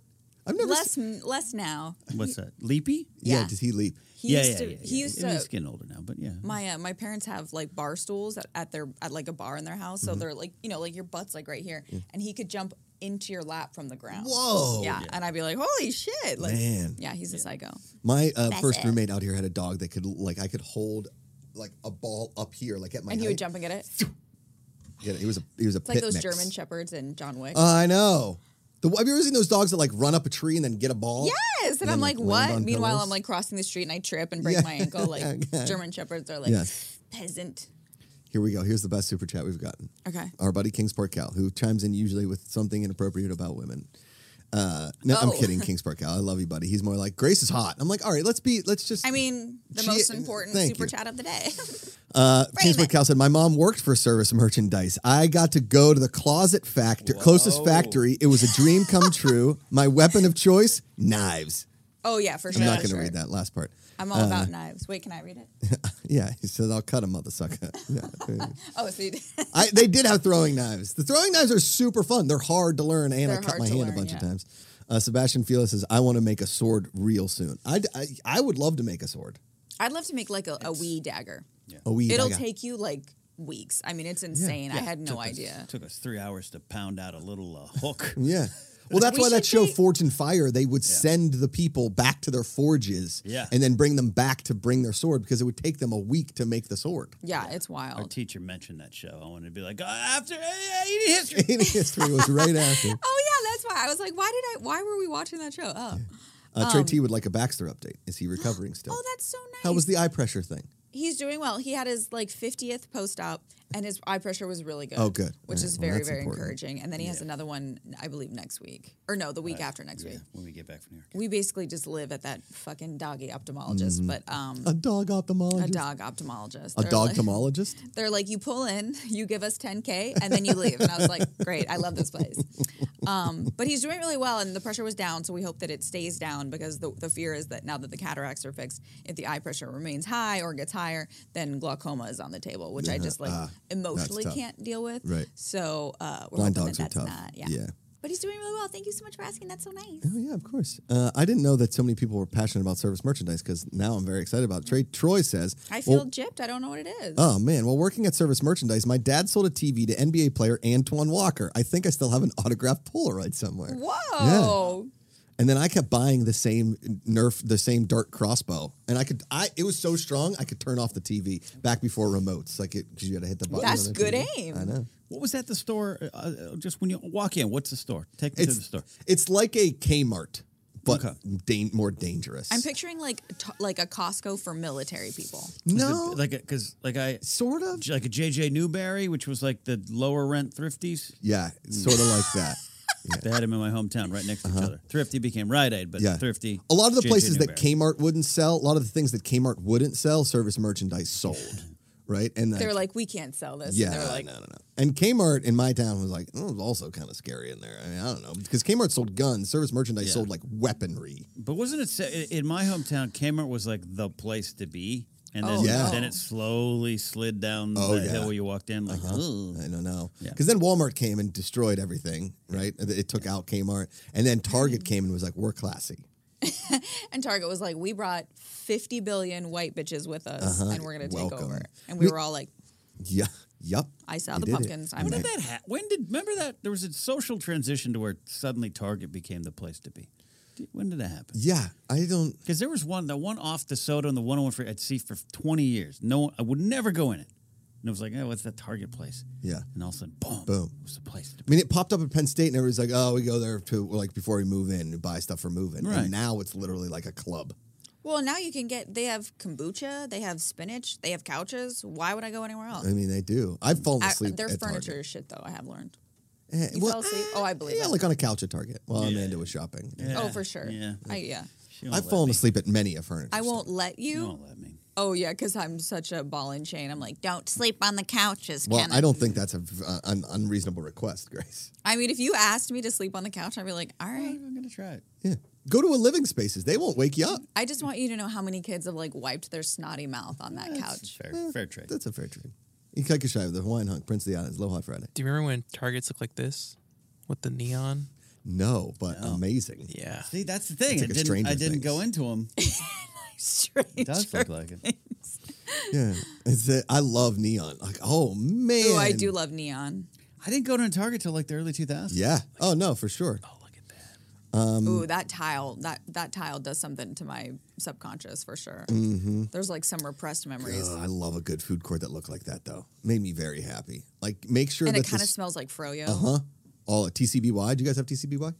S1: I've never.
S2: less
S1: seen-
S2: less now.
S3: What's that? Leapy?
S1: yeah.
S2: yeah.
S1: does he leap?
S2: He
S3: yeah,
S2: used
S3: yeah,
S2: to
S3: yeah,
S2: he
S3: yeah.
S2: used
S3: I mean,
S2: to
S3: He's getting older now, but yeah.
S2: my uh, my parents have like bar stools at, at their at like a bar in their house,
S1: Mm-hmm.
S2: so they're like you know like your butt's like right here, and he could jump into your lap from the ground.
S1: Mm. Whoa.
S2: Yeah, and I'd be like, holy shit, like,
S1: Man.
S2: Yeah, he's a psycho.
S1: My uh,
S2: That's
S1: first
S2: it.
S1: roommate out here had a dog that could like I could hold like a ball up here, like at my.
S2: And he would
S1: height.
S2: jump and get it.
S1: Yeah, he was a he was a
S2: It's like
S1: pit
S2: those
S1: mix.
S2: German shepherds and John Wick.
S1: I know. The, have you ever seen those dogs that like run up a tree and then get a ball?
S2: yes,
S1: then,
S2: and I'm like,
S1: land
S2: what?
S1: on
S2: Meanwhile,
S1: pillows?
S2: I'm like crossing the street and I trip and break
S1: Yeah.
S2: my ankle. Like
S1: Okay.
S2: German shepherds are like
S1: Yes.
S2: peasant.
S1: Here we go. Here's the best super chat we've gotten.
S2: Okay.
S1: Our buddy Kingsport Cal, who chimes in usually with something inappropriate about women. Uh, no, I'm
S2: Oh.
S1: kidding, Kingsport Cal. I love you, buddy. He's more like Grace is hot. I'm like, all right, let's be, let's just.
S2: I mean, the
S1: She-
S2: most important
S1: thank
S2: super
S1: you.
S2: chat of the day.
S1: uh, Kingsport
S2: it.
S1: Cal said, my mom worked for Service Merchandise. I got to go to the closet factory, closest
S3: Whoa.
S1: factory. It was a dream come true. My weapon of choice, knives.
S2: oh yeah, for sure.
S1: I'm not
S2: for
S1: going to read
S2: sure.
S1: that Uh, last part.
S2: I'm all about knives. Wait, can I read it?
S1: Yeah, he said, I'll cut a mother sucker. Yeah.
S2: Oh, so you did.
S1: I, they did have throwing knives. The throwing knives are super fun. They're hard to learn, and I
S2: They're
S1: cut
S2: hard
S1: my
S2: to
S1: hand a
S2: learn,
S1: bunch of
S2: yeah.
S1: times. Uh, Sebastian Felix says, "I want to make a sword real soon. I'd- I, I would love to make a sword.
S2: I'd love to make like a, a wee dagger.
S1: A weed.
S2: It'll
S1: I got-
S2: take you like weeks. I mean, it's insane. I had no
S3: Took us-
S2: idea.
S3: took us three hours to pound out a little uh, hook.
S1: Yeah. Well, that's
S2: We
S1: why that
S2: should
S1: show
S2: make-
S1: Forge and Fire. They would send the people back to their forges,
S3: Yeah.
S1: and then bring them back to bring their sword because it would take them a week to make the sword.
S2: Yeah, it's
S3: Our
S2: wild.
S3: teacher mentioned that show. I wanted to be like, "Uh, after uh, uh, eating history.
S1: Any history was right after.
S2: Oh yeah, that's why I was like, why did I? Why were we watching that show? Oh,
S1: Uh, Trey T would like a Baxter update. Is he recovering still?
S2: oh, that's so nice.
S1: How was the eye pressure thing?
S2: He's doing well. He had his like 50th post op, and his eye pressure was really good.
S1: Oh, good.
S2: Which
S1: All
S2: is
S1: right. Well,
S2: very
S1: that's
S2: very
S1: important.
S2: encouraging. And then he has another one, I believe, next week or no, the week after next
S3: Yeah,
S2: week.
S3: when we get back from New York.
S2: We basically just live at that fucking doggy ophthalmologist, but um,
S1: Mm-hmm. A dog ophthalmologist.
S2: a dog ophthalmologist.
S1: A
S2: They're
S1: dog
S2: like-
S1: ophthalmologist.
S2: they're like, you pull in, you give us 10K, and then you leave. And I was like, great, I love this place. Um, but he's doing really well, and the pressure was down, so we hope that it stays down because the, the fear is that now that the cataracts are fixed, if the eye pressure remains high or gets higher, then glaucoma is on the table, which I just like
S1: ah,
S2: emotionally
S1: tough.
S2: can't deal with.
S1: Right.
S2: So uh, we're
S1: Blind
S2: hoping
S1: dogs are
S2: that that's
S1: tough.
S2: not. Yeah.
S1: Yeah.
S2: But But he's doing really well. Thank you so much for asking. That's so nice.
S1: Oh yeah, of course. Uh, I didn't know that so many people were passionate about service merchandise because now I'm very excited about it. Trey Troy says,
S2: I feel
S1: well-
S2: gypped. I don't know what it is.
S1: Oh man! While working at Service Merchandise, my dad sold a TV to NBA player Antoine Walker. I think I still have an autographed Polaroid somewhere.
S2: Whoa.
S1: And then I kept buying the same Nerf, the same Dart crossbow, and I could. I it was so strong I could turn off the TV back before remotes, like it because you had to hit the button.
S2: That's
S1: on the
S2: good
S1: TV.
S2: aim.
S1: I know.
S3: What was that the store? Uh, uh, just when you walk in, what's the store? Take me to the
S1: It's
S3: store.
S1: it's like a Kmart, but
S3: Okay.
S1: dan- more dangerous.
S2: I'm picturing like t- like a Costco for military people.
S3: Is it
S1: no,
S3: like because like I
S1: sort of.
S3: like a JJ Newberry, which was like the lower rent thrifties.
S1: Yeah, sort of like that.
S3: They had them in my hometown, right next to each other. Thrifty became Rite Aid, but
S1: Uh-huh. Yeah.
S3: thrifty.
S1: A lot of the
S3: J.J.
S1: places that
S3: Newberry.
S1: Kmart wouldn't sell, a lot of the things that Kmart wouldn't sell, service merchandise sold, right? And uh,
S2: They were like, we can't sell this.
S1: yeah,
S2: And they were like,
S1: no, no, no. And Kmart in my town was like, oh, it was also kind of scary in there. I mean, I don't know because Kmart sold guns, service merchandise
S3: Yeah.
S1: sold like weaponry.
S3: But wasn't it sa- i- in my hometown? Kmart was like the place to be, and then
S2: Oh,
S1: Yeah.
S3: then it slowly slid down
S1: Oh,
S3: the
S1: yeah. Uh-huh.
S3: hill where you walked in. Like, "Ooh."
S1: I don't know
S3: Yeah.
S1: because then Walmart came and destroyed everything, right? It it took out Kmart, and then Target came and was like, we're classy.
S2: and Target was like, we brought 50 billion white bitches with us, and we're gonna take
S1: Uh-huh. Welcome.
S2: over. And we were all like,
S1: Yeah, yup.
S2: I saw
S1: You
S2: the
S1: did it.
S2: pumpkins. I'm
S3: when
S2: like,
S3: did that? Ha- when did remember that there was a social transition to where suddenly Target became the place to be? Do- When did that happen?
S1: Yeah, I don't.
S3: Because there was one, the one off the soda and the one on one free. I'd see for twenty years. No, one, I would never go in it. And it was like, oh, what's that Target place?
S1: Yeah.
S3: And all of a sudden, boom,
S1: Boom.
S3: it was the place to
S1: I
S3: be.
S1: mean, it popped up at Penn State, and everybody's like, "Oh, we go there to like before we move in and buy stuff for moving."
S3: Right.
S1: And now it's literally like a club.
S2: well, now you can get. They have kombucha. They have spinach. They have couches. Why would I go anywhere else?
S1: I mean, they do. I've fallen
S2: I,
S1: asleep.
S2: their
S1: at
S2: furniture
S1: Target.
S2: is shit, though. I have learned.
S1: Eh,
S2: You fell asleep? Oh, I believe
S1: Yeah,
S2: it.
S1: like on a couch at Target while Amanda was shopping.
S2: Oh,
S3: Yeah.
S2: for sure.
S3: Yeah.
S2: I, yeah.
S3: She won't
S1: I've
S3: let
S1: fallen
S3: me.
S1: asleep at many a furniture.
S2: I
S1: store.
S2: won't let
S3: She
S2: you.
S3: won't let me.
S2: Oh yeah, because I'm such a ball and chain. I'm like, don't sleep on the couches.
S1: Well,
S2: Kenneth.
S1: I don't think that's a v- uh, an unreasonable request, Grace.
S2: I mean, if you asked me to sleep on the couch, I'd be like, all right.
S3: I'm gonna try it.
S1: Yeah, go to a living spaces. They won't wake you up.
S2: I just want you to know how many kids have like wiped their snotty mouth on that
S3: That's
S2: couch.
S3: fair, fair trade.
S1: Eh, That's a fair trade. Ikekushive, the Hawaiian hunk, Prince of the Islands, Aloha Friday.
S4: Do you remember when Targets looked like this with the neon?
S1: No, but amazing.
S4: Yeah.
S3: See, that's the thing.
S1: It's like
S3: I
S1: a
S3: didn't,
S1: Stranger
S3: I didn't
S1: Things.
S3: go into them. It
S2: Strange.
S3: does look like it.
S1: Yeah, Eh, it's a, I love neon. Like, oh man,
S2: Ooh, I do love neon.
S3: I didn't go to a Target till like the early 2000s.
S1: Yeah. Oh no, for sure.
S4: Oh, look at that.
S1: Um,
S2: Ooh, that tile that that tile does something to my subconscious for sure.
S1: Mm-hmm.
S2: There's like some repressed memories,
S1: Ugh, I love a good food court that looked like that though. Made me very happy. Like, make sure
S2: and
S1: that
S2: it kind of
S1: this-
S2: smells like froyo.
S1: Huh? All at TCBY. Do you guys have TCBY?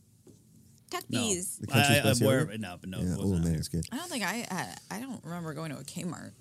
S2: Tuck
S3: No.
S2: these.
S1: The country's
S3: I, I,
S1: best
S3: where,
S1: yogurt?
S3: no, but no,
S1: Yeah.
S3: it
S1: Oh
S3: wasn't out
S1: man,
S3: here.
S1: it's good.
S2: I don't think I, I I don't remember going to a Kmart.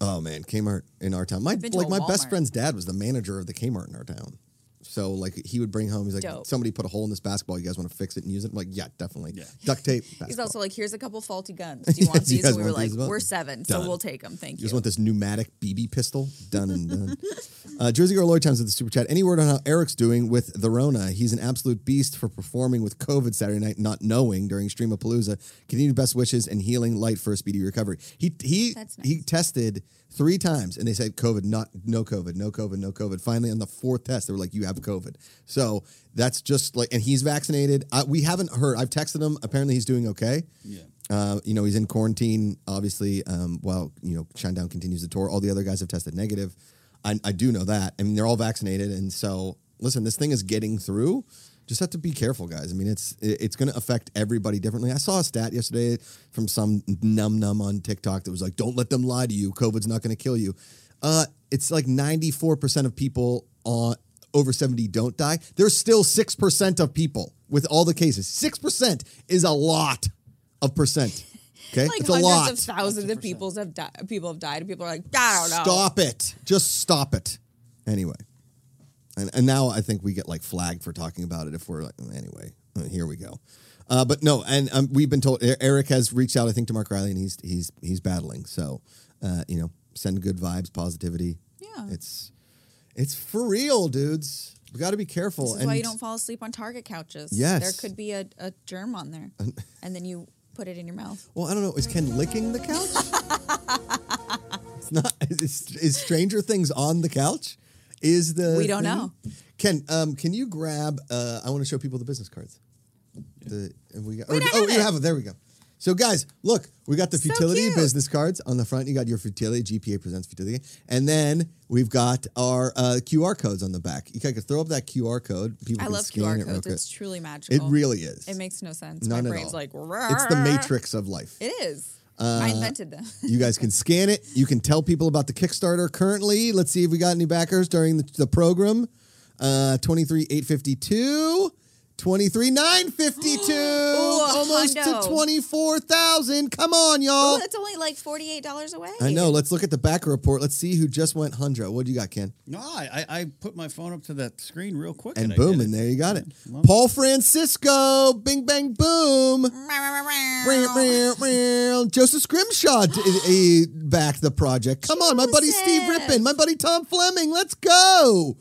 S1: Oh man, Kmart in our town. My
S2: been to
S1: like
S2: a
S1: my best
S2: Walmart.
S1: friend's dad was the manager of the Kmart in our town. So like he would bring home. He's like,
S2: Dope.
S1: somebody put a hole in this basketball. You guys want to fix it and use it? I'm like, yeah, definitely.
S3: Yeah.
S1: Duct tape.
S2: He's
S1: basketball.
S2: also like, here's a couple faulty guns. Do you want
S1: Yes, you
S2: these?
S1: guys
S2: and we were
S1: want these
S2: like,
S1: as well?
S2: we're seven,
S1: Done.
S2: so we'll take them. Thank
S1: You just
S2: you.
S1: want this pneumatic BB pistol? Done and done. uh, Jersey Girl Lloyd chimes with the super chat. Any word on how Eric's doing with the Rona? He's an absolute beast for performing with COVID Saturday night, not knowing during Streamapalooza. Continued best wishes and healing light for a speedy recovery. He he
S2: That's nice.
S1: he tested three times and they said COVID, not no COVID, no COVID, no COVID. Finally, on the fourth test, they were like, "You have COVID." So that's just like, and he's vaccinated. I, we haven't heard. I've texted him. Apparently, he's doing okay.
S3: Yeah.
S1: Uh, you know, he's in quarantine, obviously, um, while, you know, Shinedown continues the tour. All the other guys have tested negative. I, I do know that. I mean, they're all vaccinated. And so, listen, this thing is getting through. Just have to be careful, guys. I mean, it's it- it's going to affect everybody differently. I saw a stat yesterday from some num num on TikTok that was like, "Don't let them lie to you. COVID's not going to kill you." Uh, it's like ninety four percent of people on over 70 don't die. There's still 6% of people with all the cases. 6% is a lot of percent. Okay?
S2: like
S1: it's a
S2: hundreds
S1: lot.
S2: of thousands of people's have di- people have died. and People are like, I don't know.
S1: Stop it. Just stop it. Anyway. And, and now I think we get like flagged for talking about it if we're like, anyway, uh, here we go. Uh, but no, and um, we've been told E- Eric has reached out, I think, to Mark Riley, and he's he's he's battling. So, uh, you know, send good vibes, positivity.
S2: Yeah.
S1: it's it's for real, dudes. We got to be careful.
S2: This is why you don't fall asleep on Target couches.
S1: Yes.
S2: There could be a, a germ on there. and then you put it in your mouth.
S1: Well, I don't know. Is Ken licking the couch? it's not. Is, is Stranger Things on the couch? Is the
S2: We don't
S1: thing?
S2: know.
S1: Ken, um, can you grab? Uh, I want to show people the business cards. The have we got,
S2: Wait,
S1: or-
S2: I
S1: oh,
S2: have
S1: you
S2: it.
S1: have it. There we go. So guys, look, we got the
S2: So
S1: futility
S2: cute.
S1: business cards on the front. You got your futility GPA presents futility, and then we've got our uh, QR codes on the back. You can throw up that QR code. People
S2: I
S1: can
S2: love
S1: scan
S2: QR
S1: it real
S2: codes.
S1: quick.
S2: It's truly
S1: It
S2: magical.
S1: really is.
S2: It makes no sense.
S1: None
S2: My
S1: at
S2: brain's
S1: all.
S2: like,
S1: it's the matrix Uh, of life.
S2: It is. I invented them.
S1: You guys can scan it. You can tell people about the Kickstarter currently. Let's see if we got any backers during the, the program. Uh, 23,852. 23,952. Almost to
S2: hundo.
S1: 24,000. Come on, y'all.
S2: Oh, that's only like forty-eight dollars away.
S1: I know. Let's look at the backer report. Let's see who just went hundred. What do you got, Ken?
S3: No, I, I I put my phone up to that screen real quick,
S1: And
S3: I
S1: boom,
S3: did it.
S1: and there you got it.
S3: Love it.
S1: Paul Francisco. Bing, bang, boom. Meow, meow, meow. Joseph Scrimshaw d- he backed the project. Come on, my buddy Steve
S2: Joseph.
S1: Rippin, my buddy Tom Fleming. Let's go.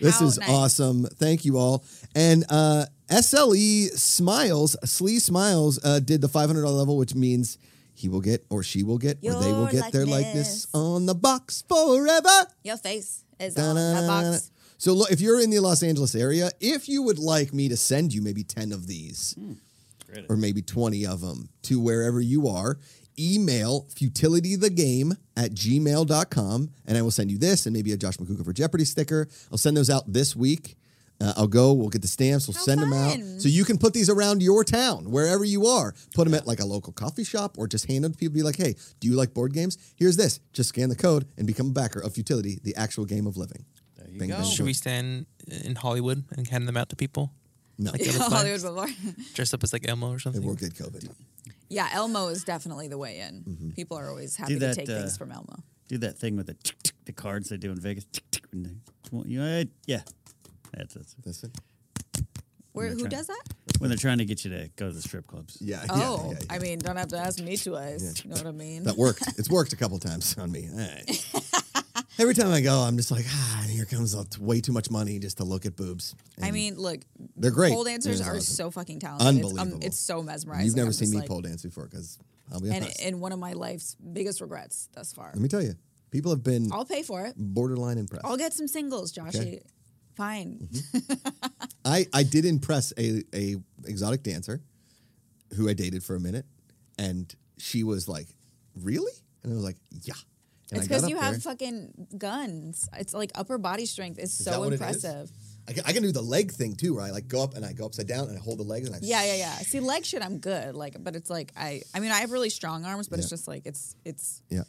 S1: This
S2: How
S1: is
S2: nice.
S1: awesome. Thank you all. And uh, SLE Smiles, Slee Smiles uh, did the $500 level, which means he will get, or she will get, or they will
S2: Your
S1: get their
S2: likeness.
S1: likeness on the box forever.
S2: Your face is on the
S1: Da-na-na-na.
S2: box.
S1: So look, if you're in the Los Angeles area, if you would like me to send you maybe 10 of these
S3: Credit.
S1: or maybe 20 of them to wherever you are, email futilitythegame at gmail.com and I will send you this and maybe a Josh McCougar for Jeopardy sticker. I'll send those out this week. Uh, I'll go, we'll get the stamps, we'll
S2: How
S1: send them
S2: fun.
S1: out. So you can put these around your town, wherever you are. Put them at like a local coffee shop or just hand them to people. Be like, hey, do you like board games? Here's this. Just scan the code and become a backer of Futility, the actual game of living.
S3: There you
S1: Bing,
S3: go.
S1: bang,
S4: Should we stand in Hollywood and hand them out to people?
S1: No,
S4: Like Elmo
S2: Hollywood
S4: flags?
S2: Boulevard.
S4: dress up as like Elmo or
S1: it
S4: something.
S1: will get COVID.
S2: Yeah, Elmo is definitely the way in.
S1: Mm-hmm.
S2: People are always happy
S3: that,
S2: to take
S3: uh,
S2: things from Elmo.
S3: Do that thing with the tick, tick, the cards they do in Vegas. Tick, tick, and they- well, you know, yeah, that's it.
S1: That's it.
S2: Where,
S3: they're
S2: who
S3: trying-
S2: does that?
S3: When they're trying to get you to go to the strip clubs.
S1: Yeah. yeah,
S2: Oh,
S1: yeah, yeah.
S2: I mean, don't have to ask me twice. You know what I mean?
S1: That worked. It's worked a couple times on me. All right. Every time I go, I'm just like, ah, here comes a- way too much money just to look at boobs.
S2: I mean, look,
S1: They're great.
S2: pole dancers
S1: It is
S2: are
S1: awesome.
S2: so fucking talented. It's, um,
S1: Unbelievable.
S2: It's, so mesmerizing.
S1: You've never
S2: I'm
S1: seen
S2: just
S1: me
S2: like-
S1: pole dance before because I'll be
S2: And,
S1: honest.
S2: and one of my life's biggest regrets thus far.
S1: Let me tell you, people have been
S2: I'll pay for it.
S1: borderline impressed.
S2: I'll get some singles, Joshy.
S1: Okay. Mm-hmm.
S2: Fine.
S1: I, I did impress a, a exotic dancer who I dated for a minute, and she was like, really? And I was like, yeah. And I got
S2: It's because
S1: up
S2: you have
S1: there.
S2: fucking guns. It's like upper body strength is
S1: that
S2: so
S1: what it is?
S2: impressive.
S1: I can, I can do the leg thing too, where I like go up and I go upside down and I hold the legs and I
S2: Yeah, yeah, yeah. See, leg shit, I'm good. Like, but it's like I. I mean, I have really strong arms, but it's
S1: Yeah.
S2: just like it's it's
S1: yeah.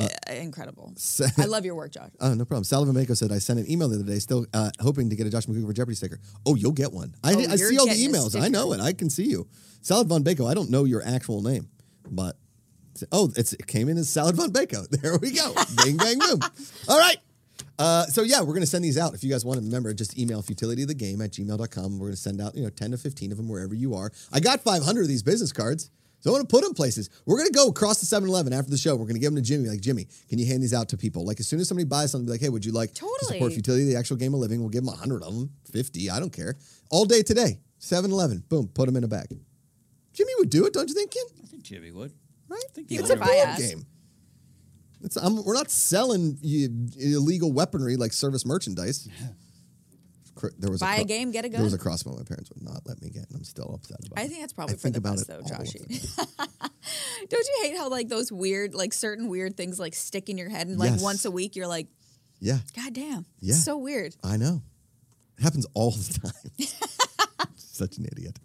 S2: uh, incredible.
S1: so-
S2: I love your work, Josh.
S1: Oh, no problem. Salva Mako said, I sent an email the other day, still uh, hoping to get a Josh McCougar for Jeopardy sticker. Oh, you'll get one. I,
S2: Oh,
S1: I
S2: you're
S1: see all the
S2: getting a
S1: emails. I know it. I can see you. Salad Von Baco, I don't know your actual name, but oh, it's, it came in as Salad Von Baco. There we go. Bing, bang, boom. All right. Uh, so yeah, we're going to send these out. If you guys want to remember, just email futilitythegame at gmail.com. We're going to send out, you know, 10 to 15 of them wherever you are. I got 500 of these business cards. So I want to put them places. We're going to go across the 7-Eleven after the show. We're going to give them to Jimmy. Like, Jimmy, can you hand these out to people? Like, as soon as somebody buys something, be like, hey, would you like to support
S2: Totally.
S1: Futility, the actual game of living? We'll give them 100 of them, 50. I don't care. All day today, 7-Eleven. Boom, put them in a bag. Jimmy would do it, don't you think, Ken?
S3: I think Jimmy would.
S1: Right?
S3: think
S1: it's
S3: the
S1: a
S3: owner
S2: would.
S1: board
S2: Survive.
S1: game. It's, I'm, we're not selling you illegal weaponry like service merchandise. Cr- There was
S2: Buy a
S1: cro-
S2: game, get a
S1: There was
S2: gun?
S1: a crossbow my parents would not let me get, and I'm still upset about
S2: I
S1: it.
S2: think that's probably
S1: I
S2: for
S1: think
S2: the
S1: about
S2: best,
S1: it
S2: though,
S1: all of the
S2: Joshy. Don't you hate how like those weird, like certain weird things, like stick in your head, and like
S1: Yes.
S2: once a week, you're like,
S1: Yeah,
S2: God damn,
S1: Yeah.
S2: it's so weird.
S1: I know. It happens all the time. Such an idiot.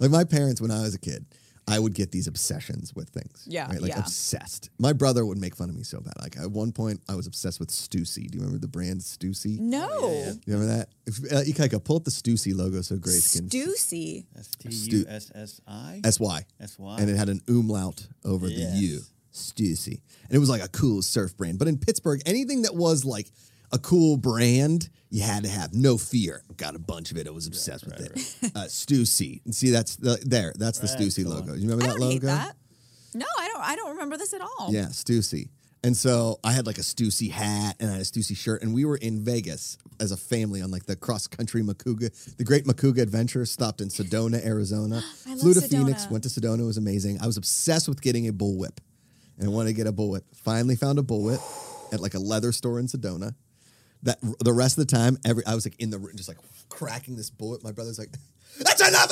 S1: Like my parents, when I was a kid, I would get these obsessions with things.
S2: Yeah,
S1: Right? Like
S2: yeah.
S1: obsessed. My brother would make fun of me so bad. Like at one point, I was obsessed with Stussy. Do you remember the brand Stussy?
S2: No,
S1: You remember that? If, uh, Ikaika, pull up the Stussy logo so Grace can
S2: Stussy.
S3: S T U S S I
S1: S Y.
S3: S Y.
S1: And it had an umlaut over
S3: Yes.
S1: the U. Stussy. And it was like a cool surf brand. But in Pittsburgh, anything that was like a cool brand, you had to have. No fear. Got a bunch of it. I was obsessed with it. Uh, Stussy. And see, that's the, there. That's the
S3: Right,
S1: Stussy
S3: come
S1: logo.
S3: on.
S1: You remember
S2: I
S1: that
S2: don't
S1: logo?
S2: hate that. No, I don't. I don't remember this at all.
S1: Yeah, Stussy. And so I had like a Stussy hat and I had a Stussy shirt, and we were in Vegas as a family on like the cross country Macuga, the Great Macuga Adventure. Stopped in Sedona, Arizona.
S2: I love
S1: Flew to Phoenix,
S2: Sedona.
S1: went to Sedona. It was amazing. I was obsessed with getting a bullwhip, and I wanted to get a bullwhip. Finally found a bullwhip at like a leather store in Sedona. That the rest of the time, every I was like in the room, just like cracking this bullet. My brother's like, "That's enough of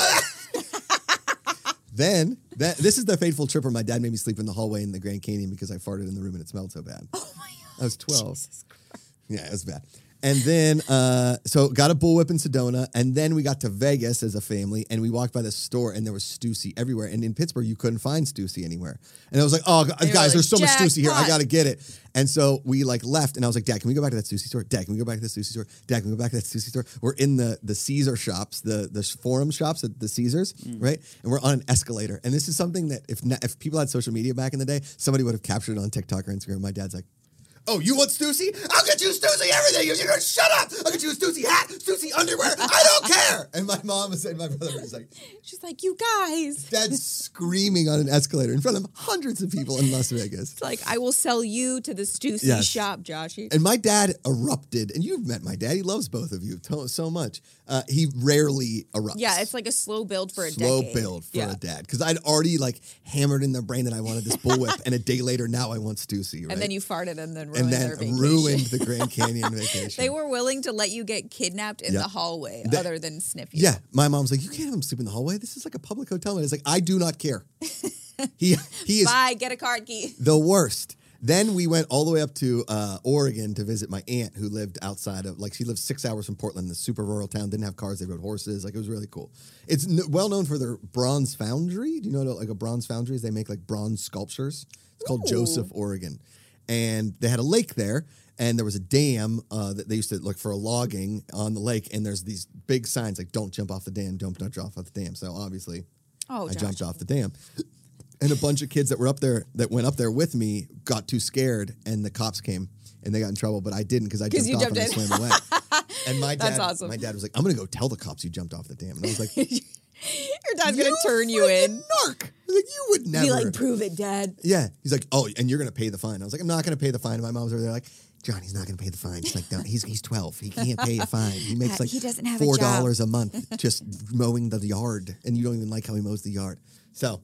S1: that." then that this is the fateful trip where my dad made me sleep in the hallway in the Grand Canyon because I farted in the room and it smelled so bad.
S2: Oh my God.
S1: I was twelve. Yeah, it was bad. And then, uh, so got a bullwhip in Sedona, and then we got to Vegas as a family, and we walked by the store, and there was Stussy everywhere. And in Pittsburgh, you couldn't find Stussy anywhere. And I was like, "Oh,
S2: They were
S1: guys,
S2: like,
S1: there's so much
S2: "Jackpot."
S1: Stussy here, I gotta get it." And so we like left, and I was like, "Dad, can we go back to that Stussy store? Dad, can we go back to that Stussy store? Dad, can we go back to that Stussy store?" We're in the the Caesar shops, the the forum shops at the Caesars, right? And we're on an escalator, and this is something that if na- if people had social media back in the day, somebody would have captured it on TikTok or Instagram. My dad's like. Oh, you want Stussy? I'll get you Stussy everything. You're gonna shut up. I'll get you a Stussy hat, Stussy underwear. I don't care. And my mom was and my brother was like,
S2: She's like, you guys.
S1: Dad's screaming on an escalator in front of hundreds of people in Las Vegas.
S2: It's like, I will sell you to the Stussy
S1: Yes.
S2: shop, Joshy.
S1: And my dad erupted, and you've met my dad. He loves both of you to- so much. Uh, he rarely erupts.
S2: yeah, it's like a slow build for a
S1: slow
S2: decade.
S1: build for
S2: yeah.
S1: a dad because I'd already like hammered in their brain that I wanted this bullwhip, and a day later now I want Stussy. Right?
S2: And then you farted and then ruined
S1: and
S2: their
S1: then
S2: vacation.
S1: ruined the Grand Canyon vacation.
S2: They were willing to let you get kidnapped in
S1: Yeah.
S2: the hallway
S1: That-
S2: other than sniff you.
S1: Yeah, my mom's like, you can't have him sleep in the hallway. This is like a public hotel, and it's like, I do not care. he he is
S2: Bye, get a card key.
S1: the worst. Then we went all the way up to uh, Oregon to visit my aunt who lived outside of, like, she lived six hours from Portland, the super rural town. Didn't have cars; they rode horses. Like, it was really cool. It's n- well known for their bronze foundry. Do you know what, like a bronze foundry is? They make like bronze sculptures. It's called
S2: Ooh.
S1: Joseph, Oregon, and they had a lake there, and there was a dam uh, that they used to look for a logging on the lake. And there's these big signs like "Don't jump off the dam," "Don't don't jump off the dam." So obviously,
S2: Oh,
S1: I
S2: Josh.
S1: jumped off the dam. And a bunch of kids that were up there that went up there with me got too scared, and the cops came and they got in trouble. But I didn't because I
S2: 'Cause
S1: jumped,
S2: you
S1: off
S2: jumped
S1: and I swam away. And my dad,
S2: That's awesome.
S1: my dad was like, "I'm gonna go tell the cops you jumped off the dam," and I was like, "You
S2: Your dad's going to turn you in.
S1: narc!" I was like, "You would never."
S2: Be like, prove it, Dad.
S1: yeah, he's like, "Oh, and you're gonna pay the fine." I was like, "I'm not gonna pay the fine." And my mom's over there like. Johnny's not going to pay the fine. She's like, no, he's he's twelve. He can't pay a fine. He makes
S2: Uh,
S1: like
S2: he doesn't have a
S1: four
S2: job.
S1: dollars a month just mowing the yard, and you don't even like how he mows the yard. So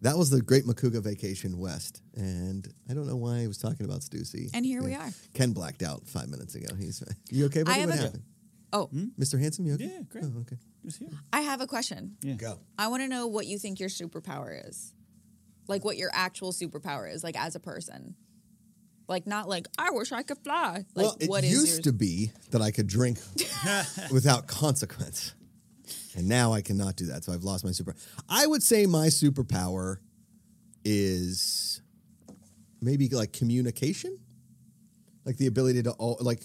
S1: that was the Great Makuga Vacation West, and I don't know why I was talking about Stussy.
S2: And here we
S1: Yeah.
S2: are.
S1: Ken blacked out five minutes ago. He's you okay? Buddy?
S2: I have
S1: what
S2: a-
S1: happened?
S2: Oh,
S1: Mr. Handsome, you okay?
S3: Yeah, great.
S1: Oh, okay.
S3: Just here.
S2: I have a question.
S3: Yeah.
S1: Go.
S2: I want to know what you think your superpower is. Like what your actual superpower is, like as a person. Like not like I wish I could fly. Like
S1: well, it
S2: what is
S1: used
S2: yours?
S1: to be that I could drink without consequence, and now I cannot do that. So I've lost my super. I would say my superpower is maybe like communication, like the ability to all like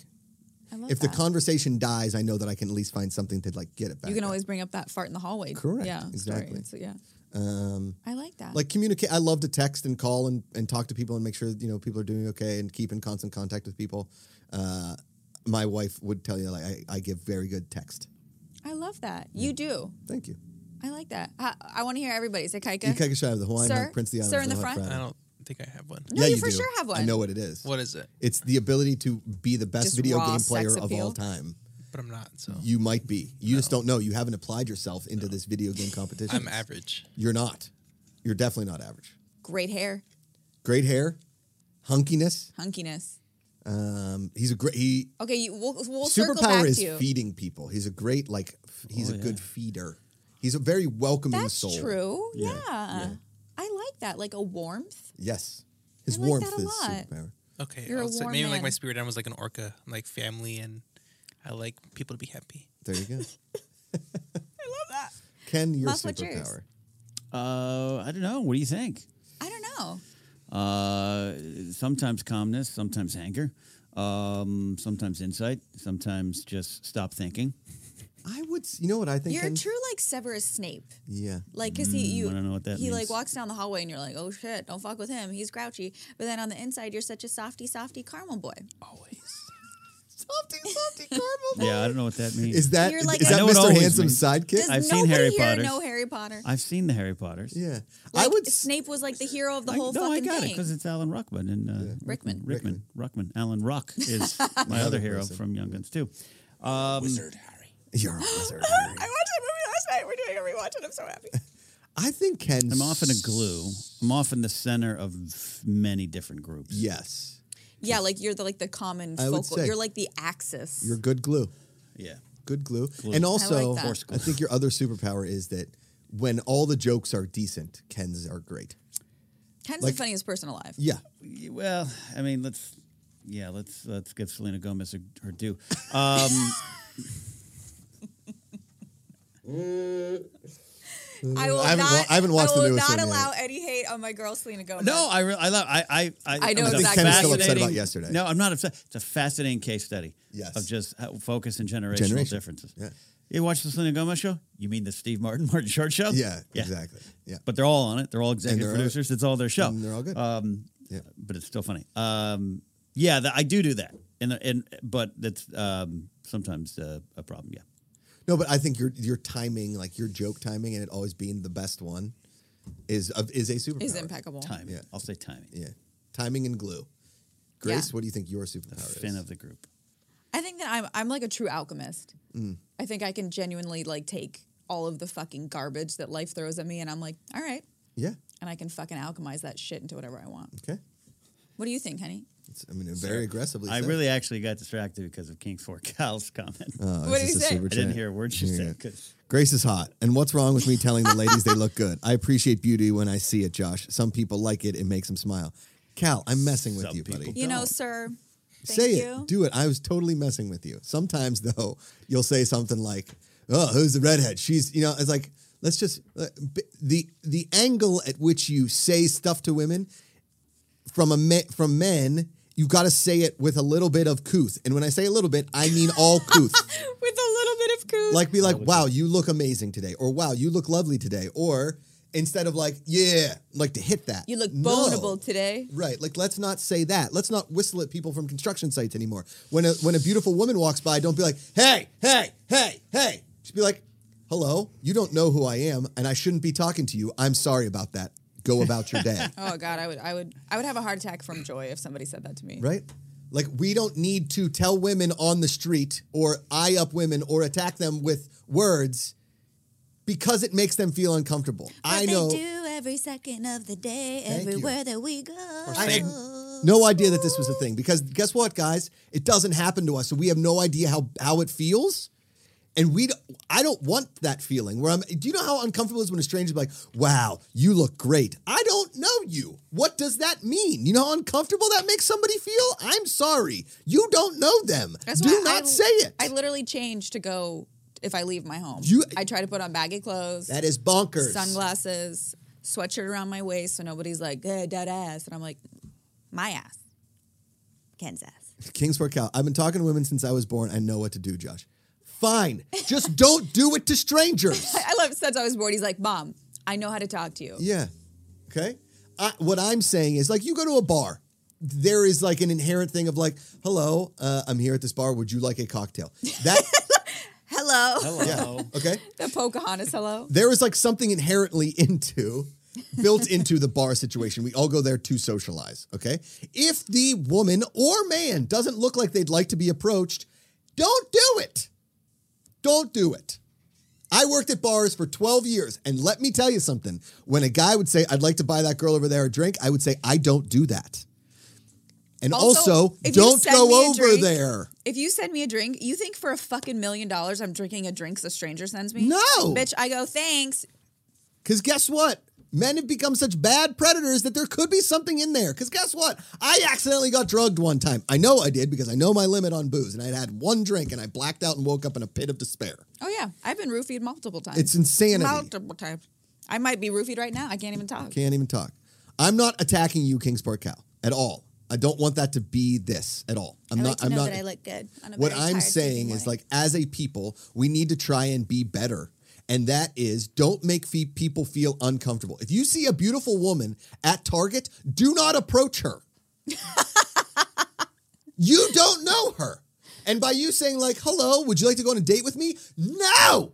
S2: I love
S1: if the
S2: that.
S1: conversation dies, I know that I can at least find something to like get it back.
S2: you can
S1: up.
S2: always bring up that fart in the hallway.
S1: Correct,
S2: Yeah. story.
S1: exactly.
S2: So, yeah. Um, I like that.
S1: like communicate i love to text and call and, and talk to people and make sure that, you know people are doing okay and keep in constant contact with people uh, my wife would tell you like I, I give very good text
S2: I love that. You do.
S1: thank you
S2: I like that. I, I want to hear everybody say Kaika.
S1: you take a shot of the hawaiian
S2: Sir?
S1: hunk, prince the island
S2: Sir in the front?
S4: I don't think I have one.
S2: No, you for sure have
S1: i
S2: one.
S1: know what it is
S4: What is it?
S1: it's the ability to be the best
S2: Just
S1: video
S2: raw
S1: game
S2: sex
S1: player of all
S2: appeal?
S1: time
S4: But I'm not. So
S1: you might be you just don't know you haven't applied yourself into this video game competition
S4: I'm average.
S1: you're not you're definitely not average
S2: Great hair,
S1: great hair hunkiness
S2: hunkiness.
S1: um, he's a great he
S2: Okay, you, we'll, we'll circle back
S1: superpower is
S2: to you.
S1: feeding people. He's a great like f-
S4: Oh,
S1: he's a
S3: yeah.
S1: good feeder. He's a very welcoming
S2: That's
S1: soul.
S2: true. Yeah.
S1: yeah.
S2: I like that. Like a warmth.
S1: Yes. His
S2: I like
S1: warmth
S2: that a
S1: is
S2: lot.
S1: superpower.
S4: Okay.
S2: You're a
S4: I'll say
S2: warm
S4: maybe like my
S2: man.
S4: spirit animal is like an orca, I'm like family, and I like people to be happy.
S1: There you go.
S2: I love that.
S1: Ken, your
S2: Muff, what's yours?
S1: superpower.
S3: Uh, I don't know. What do you think?
S2: I don't know.
S3: Uh, sometimes calmness, sometimes anger, um, sometimes insight, sometimes just stop thinking.
S1: I would s- you know what I think?
S2: You're
S1: Ken?
S2: a true like Severus Snape.
S1: yeah.
S2: Like, cause he
S1: Mm,
S2: you
S3: I don't know what that
S2: he like
S3: means.
S2: walks down the hallway and you're like, oh shit, don't fuck with him. He's grouchy. But then on the inside, you're such a softy, softy caramel boy.
S4: Always.
S1: Softy, softy caramel.
S3: Yeah, I don't know what that means.
S1: Oh. Is that
S2: You're like
S1: is
S2: a-
S1: that
S3: I know it
S1: Mr.
S3: always
S1: Handsome's
S3: means-
S1: sidekick?
S2: Does
S3: I've seen
S2: nobody
S3: Harry
S2: here
S3: Potter.
S2: know Harry Potter?
S3: I've seen the Harry Potters.
S1: yeah.
S2: Like,
S1: I would s-
S2: Snape was like the hero of the
S3: I-
S2: whole
S3: no, I
S2: fucking
S3: got it
S2: thing.
S3: because it's Alan Ruckman and uh,
S2: Rickman.
S3: Rickman, Ruckman, Alan Ruck is my
S1: Another
S3: other hero
S1: person.
S3: from Young Guns too. Um,
S4: Wizard Harry.
S1: you're a wizard.
S2: I watched that movie last night. We're doing a rewatch, and I'm so happy.
S1: I think Ken's
S3: I'm often a glue. I'm often the center of many different groups.
S1: Yes.
S2: Yeah, like you're the like the common
S1: I would
S2: focal.
S1: say.
S2: You're like the axis.
S1: You're good glue.
S3: Yeah.
S1: Good glue. And also,
S2: that. Force
S1: I think your other superpower is that when all the jokes are decent, Ken's are great.
S2: Ken's
S1: like-
S2: the funniest person alive.
S1: Yeah.
S3: Y- Well, I mean, let's yeah, let's let's give Selena Gomez her, her due. Um,
S2: I will
S1: I haven't
S2: not.
S1: wa- I haven't watched the
S2: will
S1: newest
S2: not
S1: one yet.
S2: allow any hate on my girl Selena Gomez.
S3: no, I re- I love I I
S2: I know
S3: it was a
S1: I
S2: exactly what
S1: was still upset
S3: fascinating-
S1: about yesterday.
S3: No, I'm not upset. It's a fascinating case study.
S1: Yes.
S3: Of just how focus and generational
S1: Generation.
S3: differences.
S1: Yeah.
S3: You watch the Selena Gomez show? You mean the Steve Martin Martin Short show?
S1: Oh, Yeah, exactly. Yeah.
S3: But they're all on it. They're all executive
S1: they're all-
S3: producers. It's all their show.
S1: and they're all good.
S3: Um,
S1: Yeah.
S3: but it's still funny. Um, yeah, the, I do do that, and and but that's um, sometimes uh, a problem. Yeah.
S1: No, but I think your your timing, like your joke timing, and it always being the best one, is a, is a superpower.
S2: is impeccable.
S3: Timing.
S1: Yeah.
S3: I'll say timing.
S1: Yeah, timing and glue. Grace,
S2: Yeah.
S1: what do you think your
S3: The
S1: superpower
S3: fin
S1: is?
S3: of the group.
S2: I think that I'm I'm like a true alchemist.
S1: Mm.
S2: I think I can genuinely like take all of the fucking garbage that life throws at me, and I'm like, all right,
S1: yeah.
S2: and I can fucking alchemize that shit into whatever I want.
S1: Okay.
S2: What do you think, Henny?
S1: It's, I mean, very aggressively.
S3: I
S1: said.
S3: really actually got distracted because of King's Four Cal's comment.
S1: Oh, it's
S2: What did
S1: just
S2: he
S1: a
S2: say?
S1: super
S3: I didn't
S1: chat.
S3: hear a word she
S1: Yeah.
S3: said. 'cause-
S1: Grace is hot, and what's wrong with me telling the ladies they look good? I appreciate beauty when I see it, Josh. Some people like it; it makes them smile. Cal, I'm messing with
S3: Some
S1: you, buddy.
S3: people
S2: You know,
S3: Don't.
S2: sir. Thank
S1: say
S2: you.
S1: it. Do it. I was totally messing with you. Sometimes though, you'll say something like, "Oh, who's the redhead?" She's, you know, it's like let's just uh, b- the the angle at which you say stuff to women from a me- from men, you've got to say it with a little bit of couth. And when I say a little bit, I mean all couth.
S2: With a little bit of coos.
S1: like be like, wow, you look amazing today, or wow, you look lovely today, or instead of like, yeah, like to hit that.
S2: you look
S1: No.
S2: vulnerable today.
S1: Right, like let's not say that. Let's not whistle at people from construction sites anymore. When a when a beautiful woman walks by, don't be like, "Hey, hey, hey, hey." Just be like, "Hello, you don't know who I am, and I shouldn't be talking to you. I'm sorry about that. Go about your day."
S2: Oh God, I would, I would, I would have a heart attack from joy if somebody said that to me.
S1: right? Like we don't need to tell women on the street or eye up women or attack them with words because it makes them feel uncomfortable. I know.
S2: every second of the day,
S1: Thank you. everywhere
S2: that we go.
S1: I had no idea that this was a thing because guess what, guys? It doesn't happen to us, so we have no idea how how it feels. And we, don't, I don't want that feeling where I'm. Do you know how uncomfortable it is when a stranger's like, "Wow, you look great." I don't know you. What does that mean? You know how uncomfortable that makes somebody feel. I'm sorry, you don't know them.
S2: That's
S1: do
S2: why
S1: not
S2: I-
S1: say it.
S2: I literally change to go if I leave my home.
S1: You-
S2: I try to put on baggy clothes,
S1: that is bonkers.
S2: sunglasses, sweatshirt around my waist, so nobody's like, "Eh, dead ass," and I'm like, "My ass, Ken's ass."
S1: Kingsport Cal. I've been talking to women since I was born. I know what to do, Josh. Fine, just don't do it to strangers.
S2: I love since I was bored. He's like, "Mom, I know how to talk to you."
S1: Yeah. Okay. I, what I'm saying is, like, you go to a bar. There is like an inherent thing of like, hello, uh, I'm here at this bar. Would you like a cocktail? That,
S2: Hello,
S1: yeah,
S3: Hello.
S1: okay.
S2: the Pocahontas. Hello.
S1: There is like something inherently into, built into the bar situation. We all go there to socialize. Okay. If the woman or man doesn't look like they'd like to be approached, don't do it. Don't do it. I worked at bars for 12 years, and let me tell you something. When a guy would say, I'd like to buy that girl over there a drink, I would say, I don't do that. And
S2: Also,
S1: also,
S2: if you
S1: don't
S2: send me
S1: go
S2: a
S1: over
S2: drink-
S1: there.
S2: If you send me a drink, you think for a fucking million dollars I'm drinking a drink a stranger sends me?
S1: No.
S2: Bitch, I go, thanks.
S1: Because guess what? Men have become such bad predators that there could be something in there. Because guess what? I accidentally got drugged one time. I know I did because I know my limit on booze, and I'd had one drink and I blacked out and woke up in a pit of despair.
S2: Oh yeah. I've been roofied multiple times.
S1: It's insanity.
S2: Multiple times. I might be roofied right now. I can't even talk.
S1: Can't even talk. I'm not attacking you, Kingsport Cow, at all. I don't want that to be this at all. I'm
S2: I
S1: not.
S2: like to
S1: I'm
S2: know
S1: not.
S2: that I look good. On a
S1: what
S2: very
S1: I'm
S2: tired
S1: saying
S2: Tuesday
S1: is,
S2: morning.
S1: like, as a people, we need to try and be better. And that is, don't make fe- people feel uncomfortable. If you see a beautiful woman at Target, do not approach her. you don't know her. And by you saying, like, hello, would you like to go on a date with me? No,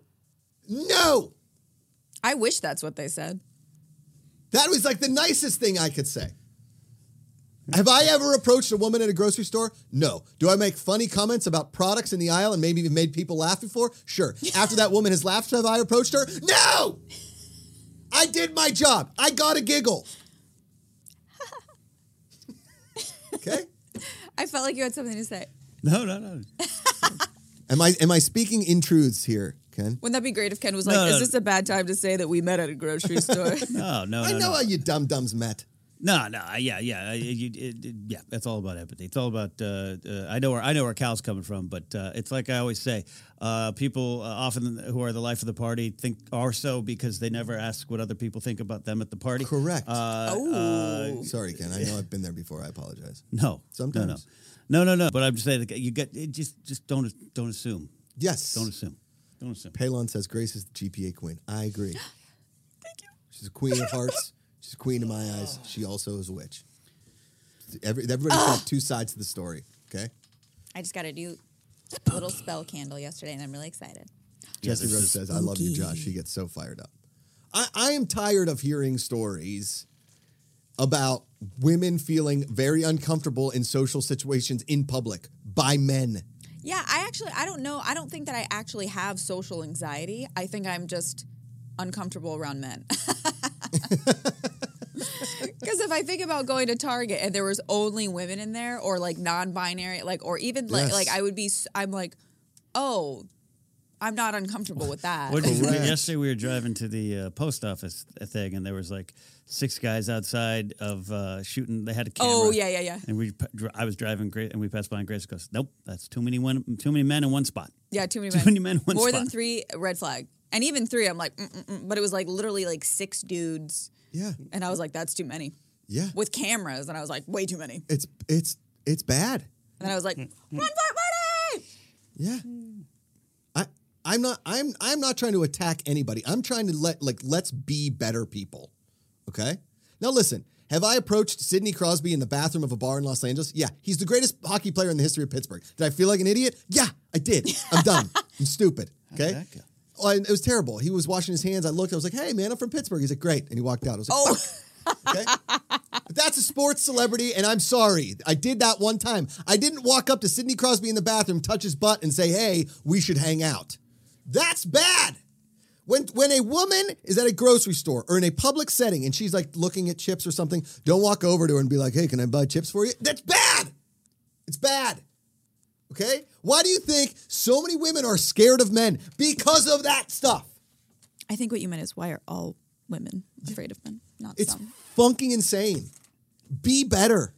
S1: no.
S2: I wish that's what they said.
S1: That was like the nicest thing I could say. Have I ever approached a woman at a grocery store? No. Do I make funny comments about products in the aisle and maybe even made people laugh before? Sure. After that woman has laughed, have I approached her? No! I did my job. I got a giggle. Okay?
S2: I felt like you had something to say.
S3: No, no, no.
S1: Am I am I speaking in truths here, Ken?
S2: Wouldn't that be great if Ken was like,
S3: no,
S2: "Is
S3: no.
S2: this a bad time to say that we met at a grocery store?"
S3: No, Oh, no,
S1: I know
S3: no, no.
S1: how you dum dums met.
S3: No, no, yeah, yeah, I- you- it- it- yeah. That's all about empathy. It's all about. Uh, uh, I know where I know where Cal's coming from, but uh, it's like I always say: uh, people uh, often who are the life of the party think are so because they never ask what other people think about them at the party.
S1: Correct.
S3: Uh,
S2: oh,
S1: Sorry, Ken. I know I've been there before. I apologize.
S3: no, no,
S1: Sometimes.
S3: no, no, no, no. But I'm just saying, like, you get it just just don't don't assume,
S1: Yes.
S3: don't assume, don't assume.
S1: Palin says Grace is the GPA queen. I agree. Thank you. She's a queen of hearts. She's a queen in my eyes. She also is a witch. Every, everybody's got two sides to the story. Okay.
S2: I just got a new little spell candle yesterday, and I'm really excited.
S1: Jesse
S3: this
S1: Rose
S3: is
S1: says, "I love you, Josh." She gets so fired up. I, I am tired of hearing stories about women feeling very uncomfortable in social situations in public by men.
S2: Yeah, I actually, I don't know. I don't think that I actually have social anxiety. I think I'm just uncomfortable around men. Because if I think about going to Target and there was only women in there, or like non-binary, like or even like
S1: Yes.
S2: like I would be, s- I'm like, oh, I'm not uncomfortable with that.
S3: What did we-
S1: Correct.
S3: yesterday we were driving to the uh, post office thing, and there was like six guys outside of uh, shooting. They had a camera.
S2: Oh, yeah, yeah, yeah.
S3: And we, p- dr- I was driving, Gra- and we passed by, and Grace goes, "Nope, that's too many one, too many men in one spot."
S2: Yeah, too many
S3: Too
S2: men.
S3: many men in one
S2: More than
S3: spot.
S2: three red flag, and even three, I'm like, Mm-mm-mm. but it was like literally like six dudes,
S1: Yeah,
S2: and I was like, that's too many
S1: yeah.
S2: with cameras, and I was like, way too many.
S1: It's it's it's bad.
S2: And then I was
S3: Mm,
S2: like, "Run for money!"
S1: Yeah. I I'm not I'm I'm not trying to attack anybody. I'm trying to let like let's be better people. Okay? Now listen, have I approached Sidney Crosby in the bathroom of a bar in Los Angeles? Yeah. He's the greatest hockey player in the history of Pittsburgh. Did I feel like an idiot? Yeah, I did. I'm done. I'm stupid. Okay?
S3: that go?
S1: Oh, and it was terrible. He was washing his hands. I looked. I was like, "Hey, man, I'm from Pittsburgh." He's like, "Great," and he walked out. I was like,
S2: Oh,
S1: Okay? But that's a sports celebrity, and I'm sorry. I did that one time. I didn't walk up to Sidney Crosby in the bathroom, touch his butt, and say, hey, we should hang out. That's bad. When, when a woman is at a grocery store or in a public setting and she's like looking at chips or something, don't walk over to her and be like, hey, can I buy chips for you? That's bad. It's bad. Okay? Why do you think so many women are scared of men? Because of that stuff.
S2: I think what you meant is why are all women afraid of men, not
S1: It's
S2: some?
S1: funking insane. Be better.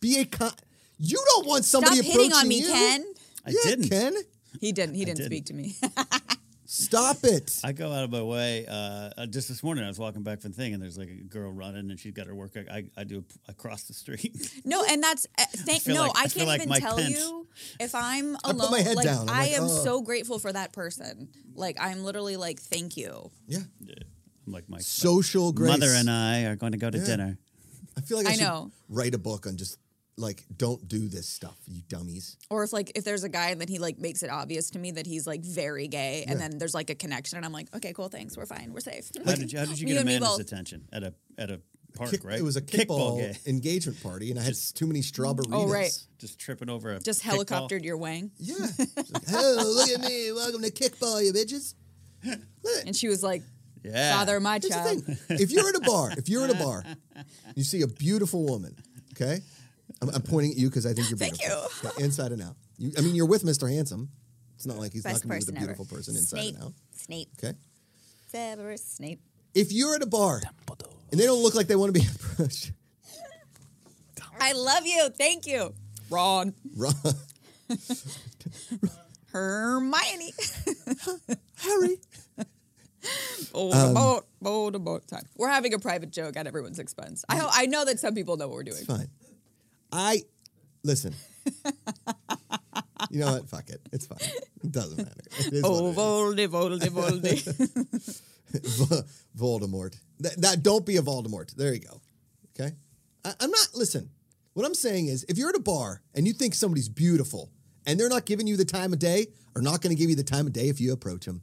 S1: Be a con- You don't want
S2: Stop
S1: somebody
S2: hitting
S1: approaching
S2: on me,
S1: you.
S2: Ken.
S3: I
S1: yeah,
S3: didn't.
S1: Ken.
S2: He didn't. He didn't,
S3: didn't.
S2: speak to me.
S1: Stop it.
S3: I go out of my way. Uh, uh, just this morning, I was walking back from the thing, and there's like a girl running, and she's got her work. I, I do across the street.
S2: no, and that's uh, thank,
S3: feel
S2: no.
S3: like- I
S2: I
S3: feel
S2: can't
S3: like
S2: even
S3: Mike
S2: tell
S3: Pence.
S2: you if I'm
S1: put
S2: alone.
S1: my head
S2: like
S1: down. I'm
S2: I
S1: like,
S2: am
S1: "Oh."
S2: so grateful for that person. Like I'm literally like thank you.
S1: yeah.
S3: I'm like my
S1: Social grace.
S3: mother and I are going to go to
S1: Yeah.
S3: dinner.
S1: I feel like I,
S2: I
S1: should
S2: know.
S1: write a book on just like don't do this stuff, you dummies.
S2: Or if like if there's a guy and then he like makes it obvious to me that he's like very gay, and
S1: Yeah.
S2: then there's like a connection, and I'm like, okay, cool, thanks, we're fine, we're safe.
S3: How did you, how did you
S2: Me
S3: get a
S2: and me
S3: man's
S2: both.
S3: attention at a at a park?
S1: Kick-
S3: right,
S1: It was a kickball, engagement party, and I had too many strawberries.
S2: Oh, right.
S3: Just tripping over a
S2: Just
S3: kickball.
S2: helicoptered your wang.
S1: Yeah. It's like, oh, look at me. Welcome to kickball, you bitches. Look.
S2: And she was like,
S3: Yeah.
S2: "Father, my
S1: Here's
S2: child."
S1: the thing. If you're at a bar, if you're at a bar, you see a beautiful woman, okay? I'm, I'm pointing at you because I think you're
S2: Thank
S1: beautiful. Okay, inside and out. You, I mean, you're with Mr. Handsome. It's not like he's
S2: Best
S1: not going to be
S2: person
S1: the
S2: ever.
S1: beautiful person inside
S2: Snape.
S1: and out.
S2: Snape.
S1: Okay?
S2: Severus Snape.
S1: If you're at a bar and they don't look like they want to be approached,
S2: I love you. Thank you. Ron.
S1: Ron,
S2: Hermione.
S1: Harry, Um,
S2: Bold boat, bold boat time. We're having a private joke at everyone's expense. I, ho- I know that some people know what we're doing.
S1: it's fine. I, listen. you know what? Fuck it. It's fine. It doesn't matter. It is what it
S2: Oh,
S1: is.
S2: voldy, voldy, voldy.
S1: Vo- Voldemort. That, that don't be a Voldemort. There you go. Okay. I, I'm not. Listen. What I'm saying is, if you're at a bar and you think somebody's beautiful and they're not giving you the time of day, are not going to give you the time of day if you approach them.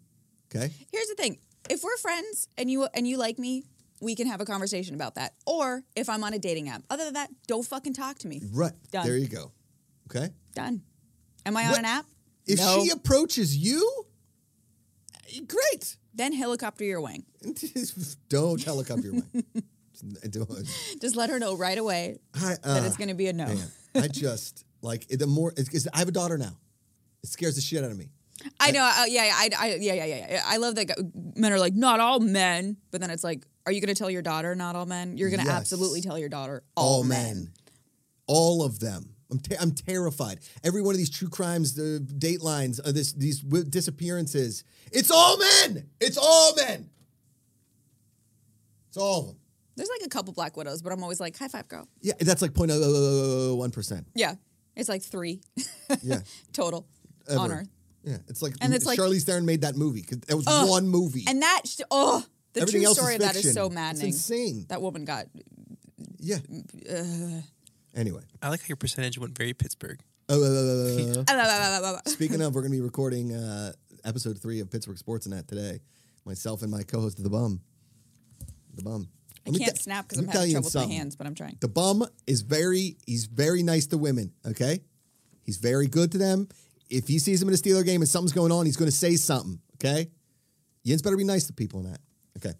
S1: Okay.
S2: Here's the thing: if we're friends and you and you like me, we can have a conversation about that. Or if I'm on a dating app. Other than that, don't fucking talk to me.
S1: Right.
S2: Done.
S1: There you go. Okay.
S2: Done. Am I on
S1: What-
S2: an app?
S1: If
S2: No.
S1: she approaches you, eh, great.
S2: then helicopter your wing.
S1: don't helicopter your way. Don't.
S2: Just let her know right away
S1: I,
S2: that
S1: uh,
S2: it's going to be a no.
S1: Man, I just Like the more, it's, it's- I have a daughter now. It scares the shit out of me.
S2: I know. Uh, yeah, yeah, I, I, yeah, yeah, yeah, yeah. I love that g- men are like, not all men. But then it's like, are you going to tell your daughter not all men? You're going to
S1: Yes.
S2: absolutely tell your daughter all,
S1: All
S2: men.
S1: men, all of them. I'm ter- I'm terrified. Every one of these true crimes, the datelines, uh, this these w- disappearances. It's all men. It's all men. It's all of them.
S2: There's like a couple black widows, but I'm always like, high five, girl.
S1: Yeah, that's like oh, 0.001 percent.
S2: Yeah. It's like three
S1: Yeah,
S2: total on
S1: ever.
S2: earth.
S1: Yeah, it's like
S2: And it's like-
S1: Charlize Theron made that movie because that was one movie.
S2: And that, sh- oh, the
S1: Everything
S2: true
S1: else
S2: story
S1: is
S2: of that is
S1: fiction.
S2: so
S1: It's
S2: maddening.
S1: insane.
S2: That woman got,
S1: yeah. Anyway,
S4: I like how your percentage went very Pittsburgh.
S1: uh,
S2: Ah, blah, blah, blah, blah, blah.
S1: Speaking of, we're going to be recording uh, episode three of Pittsburgh Sports and that today. Myself and my co-host, the bum, the bum.
S2: I
S1: Let me
S2: can't
S1: te-
S2: snap because
S1: let
S2: I'm
S1: me tell
S2: having
S1: you
S2: trouble with my
S1: something.
S2: hands, but I'm trying.
S1: The bum is very he's very nice to women. Okay, he's very good to them. If he sees them in a Steeler game and something's going on, he's going to say something. Okay, Yin's better be nice to people in that. Okay,